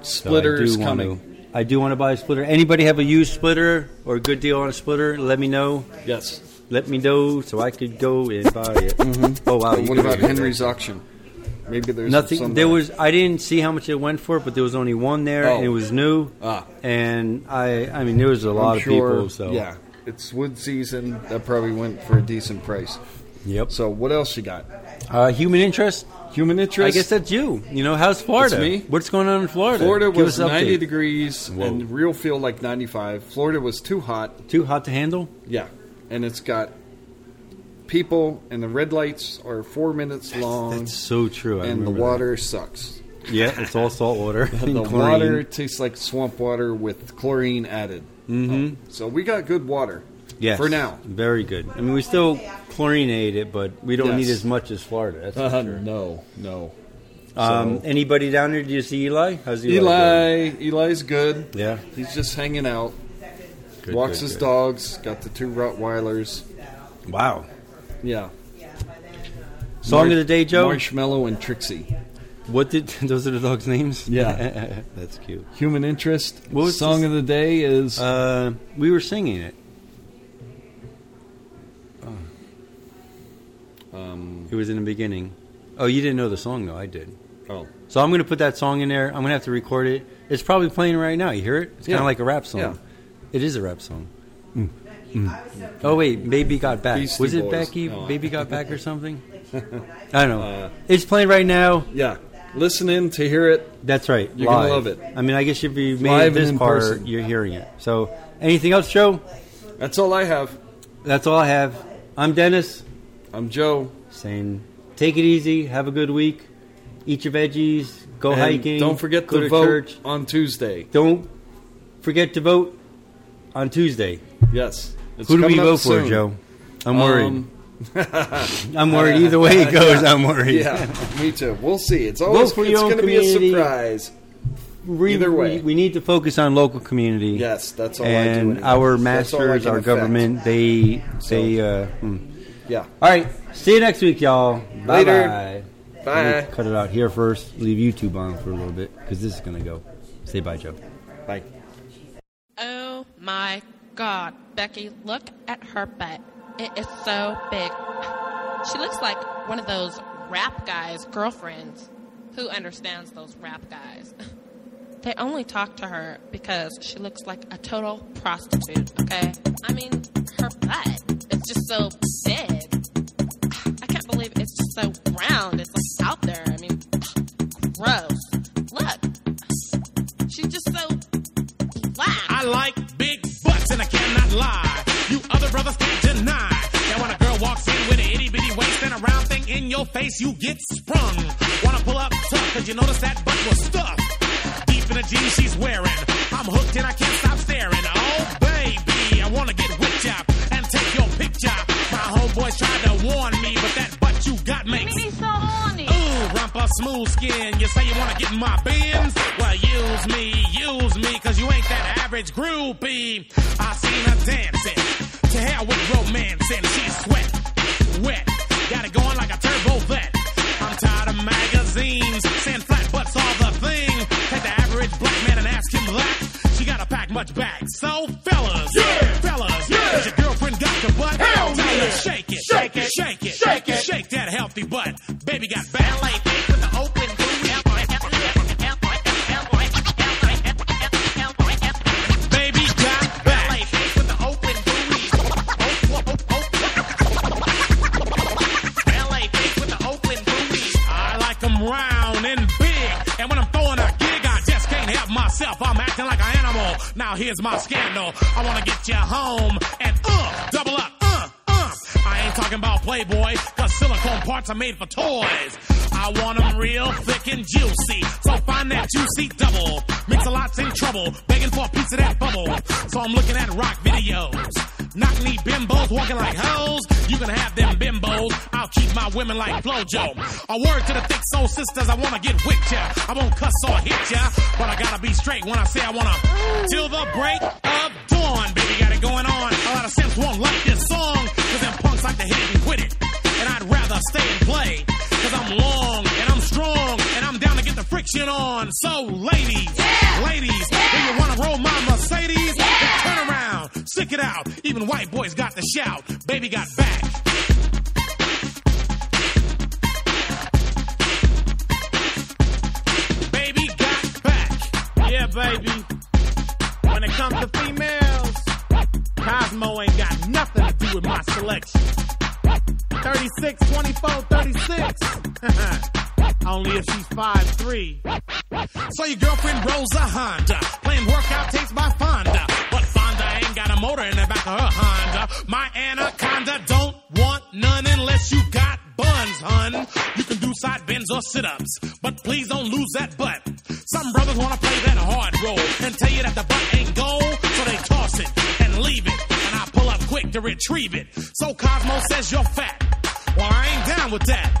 Speaker 2: So
Speaker 1: Splitter is
Speaker 2: I do want
Speaker 1: coming.
Speaker 2: To, I do want to buy a splitter. Anybody have a used splitter or a good deal on a splitter? Let me know.
Speaker 1: Yes.
Speaker 2: Let me know so I could go and buy it. Oh wow! you
Speaker 1: Mm-hmm. what
Speaker 2: could-
Speaker 1: about Henry's auction? Maybe there's
Speaker 2: Nothing.
Speaker 1: some
Speaker 2: There was. I didn't see how much it went for, but there was only one there,
Speaker 1: Oh.
Speaker 2: and it was new.
Speaker 1: Ah.
Speaker 2: And I. I mean, there was a
Speaker 1: I'm
Speaker 2: lot of
Speaker 1: sure-
Speaker 2: people. So
Speaker 1: yeah, it's wood season. That probably went for a decent price.
Speaker 2: Yep.
Speaker 1: So what else you got?
Speaker 2: Uh, human interest.
Speaker 1: Human
Speaker 2: I
Speaker 1: interest.
Speaker 2: guess that's you. You know, how's Florida?
Speaker 1: It's me.
Speaker 2: What's going on in Florida?
Speaker 1: Florida
Speaker 2: Give
Speaker 1: was
Speaker 2: us an
Speaker 1: 90
Speaker 2: update.
Speaker 1: degrees
Speaker 2: Whoa.
Speaker 1: and real feel like 95. Florida was too hot.
Speaker 2: Too hot to handle.
Speaker 1: Yeah, and it's got people and the red lights are four minutes long,
Speaker 2: That's so true. I
Speaker 1: Um, and the
Speaker 2: remember
Speaker 1: water sucks.
Speaker 2: That. Yeah, it's all salt water.
Speaker 1: The water tastes like swamp water with chlorine added. Mm-hmm. So we got good water.
Speaker 2: Yes.
Speaker 1: For now.
Speaker 2: Very good. I mean, we still chlorinate it, but we don't
Speaker 1: Yes.
Speaker 2: need as much as Florida. That's for
Speaker 1: Uh,
Speaker 2: sure.
Speaker 1: No, no.
Speaker 2: Um,
Speaker 1: So-
Speaker 2: anybody down there? Do you see Eli? How's Eli?
Speaker 1: Eli, Eli's good.
Speaker 2: doing? Yeah.
Speaker 1: He's just hanging out.
Speaker 2: Good,
Speaker 1: walks
Speaker 2: good,
Speaker 1: his
Speaker 2: good.
Speaker 1: dogs. Got the two Rottweilers.
Speaker 2: Wow.
Speaker 1: Yeah.
Speaker 2: Song
Speaker 1: Mar-
Speaker 2: of the day, Joe.
Speaker 1: Marshmallow and Trixie.
Speaker 2: What did those are the dogs' names?
Speaker 1: Yeah.
Speaker 2: that's cute.
Speaker 1: Human interest.
Speaker 2: What was
Speaker 1: Song
Speaker 2: this-
Speaker 1: of the day is
Speaker 2: Uh, we were singing it.
Speaker 1: um,
Speaker 2: It was in the beginning. Oh, you didn't know the song though. I did.
Speaker 1: oh
Speaker 2: So I'm going to put that song in there. I'm going to have to record it. It's probably playing right now. You hear it? It's kind
Speaker 1: Yeah.
Speaker 2: of like a rap song.
Speaker 1: Yeah.
Speaker 2: It is a rap song. Oh wait, Baby Got Back.
Speaker 1: Beastie
Speaker 2: was it
Speaker 1: Boys.
Speaker 2: Becky?
Speaker 1: No.
Speaker 2: Baby Got Back or something? I don't know.
Speaker 1: Uh,
Speaker 2: it's playing right now.
Speaker 1: yeah. Listen in to hear it.
Speaker 2: That's right.
Speaker 1: You're gonna love
Speaker 2: live.
Speaker 1: it.
Speaker 2: I mean, I guess if you made
Speaker 1: Live and
Speaker 2: this
Speaker 1: in
Speaker 2: part,
Speaker 1: person.
Speaker 2: you're hearing it. So, anything else, Joe?
Speaker 1: That's all I have.
Speaker 2: That's all I have. I'm Dennis.
Speaker 1: I'm Joe.
Speaker 2: Saying, take it easy. Have a good week. Eat your veggies. Go
Speaker 1: And
Speaker 2: hiking.
Speaker 1: Don't forget
Speaker 2: go
Speaker 1: to, vote on Tuesday.
Speaker 2: Don't forget to vote on Tuesday.
Speaker 1: Yes. It's
Speaker 2: Who do we
Speaker 1: coming up
Speaker 2: vote for,
Speaker 1: soon.
Speaker 2: Joe? I'm worried.
Speaker 1: Um,
Speaker 2: I'm worried. Either way it goes, I'm worried.
Speaker 1: yeah, me too. We'll see. It's always
Speaker 2: for
Speaker 1: it's
Speaker 2: your own
Speaker 1: going to be a
Speaker 2: community.
Speaker 1: surprise.
Speaker 2: re-
Speaker 1: Either way.
Speaker 2: we, we need to focus on local community.
Speaker 1: Yes, that's all I do.
Speaker 2: and
Speaker 1: anymore.
Speaker 2: our
Speaker 1: That's all I
Speaker 2: masters,
Speaker 1: can
Speaker 2: our
Speaker 1: affect.
Speaker 2: government, they
Speaker 1: So-
Speaker 2: they. Uh, hmm.
Speaker 1: Yeah.
Speaker 2: All right, see you next week, y'all. Bye
Speaker 1: Later.
Speaker 2: bye.
Speaker 1: Bye.
Speaker 2: Cut it out here first. Leave YouTube on for a little bit because this is gonna go. Say bye, Joe.
Speaker 1: Bye.
Speaker 5: Oh my god, Becky, look at her butt. It is so big. She looks like one of those rap guys' girlfriends. Who understands those rap guys? They only talk to her because she looks like a total prostitute, okay? I mean, her butt is just so big. I can't believe it's just so round. It's like out there. I mean, gross. Look, she's just so flat.
Speaker 6: I like big butts and I cannot lie. You other brothers can't deny that when a girl walks in with an itty bitty waist and a round thing in your face, you get sprung. Wanna pull up tough cause you notice that butt was stuffed. Deep in the jeans she's wearing. I'm hooked and I can't stop staring. Oh baby, I wanna get whipped up and take your picture. My homeboys tried to warn me, but that butt you got makes
Speaker 7: Maybe so horny.
Speaker 6: Ooh, rumpa smooth skin. You say you wanna get in my bins? Well, use me, use me, cause you ain't that average groupie. I seen her dancing to hell with romance, and she's sweat, wet. Got it going like a turbo vet. I'm tired of magazines, sand flat butts all the thing. Take the average black man and ask him that. She gotta pack much back. So, fellas, yeah, fellas, yeah. Is your girlfriend got the butt? Hell Tell her to shake it, shake it, shake it, shake it, shake that healthy butt. Baby got ballet feet with the open booty. Baby got ballet feet with the open booty. Oh, oh, oh, oh. LA face with the Oakland booties. I like them round and big. And when I'm throwing a gig, I just can't help myself. I'm acting like an animal. Now here's my scandal. I wanna get you home and uh, double up, uh, uh. I ain't talking about Playboy, cause silicone parts are made for toys. I want them real thick and juicy. So find that juicy double. Mix a lot's in trouble, begging for a piece of that bubble. So I'm looking at rock videos. Knock knee bimbos walking like hoes. You can have them bimbos. I'll keep my women like Flojo. A word to the thick soul sisters. I wanna get with ya. I won't cuss or hit ya, but I gotta be straight when I say I wanna. Till the break of dawn, baby, got it going on. A lot of simps won't like this song, cause them punks like to hit it and quit it. And I'd rather stay and play, cause I'm long and I'm strong and I'm down to get the friction on. So ladies, ladies, do you wanna roll my Mercedes? Then turn around, stick it out. Even white boys got the shout. Baby got back. baby got back. Yeah, baby. When it comes to females, Cosmo ain't got nothing to do with my selection. 36, 24, 36. Only if she's 5'3. So your girlfriend rolls a Honda, playing workout takes by Fonda. But Fonda ain't got a motor in the back of her Honda. My anaconda don't want none unless you got buns, hun. You can do side bends or sit-ups, but please don't lose that butt. Some brothers wanna play that hard role and tell you that the butt ain't gold, so they toss it and leave it. And I pull up quick to retrieve it. So Cosmo says you're fat. Well, I ain't down with that.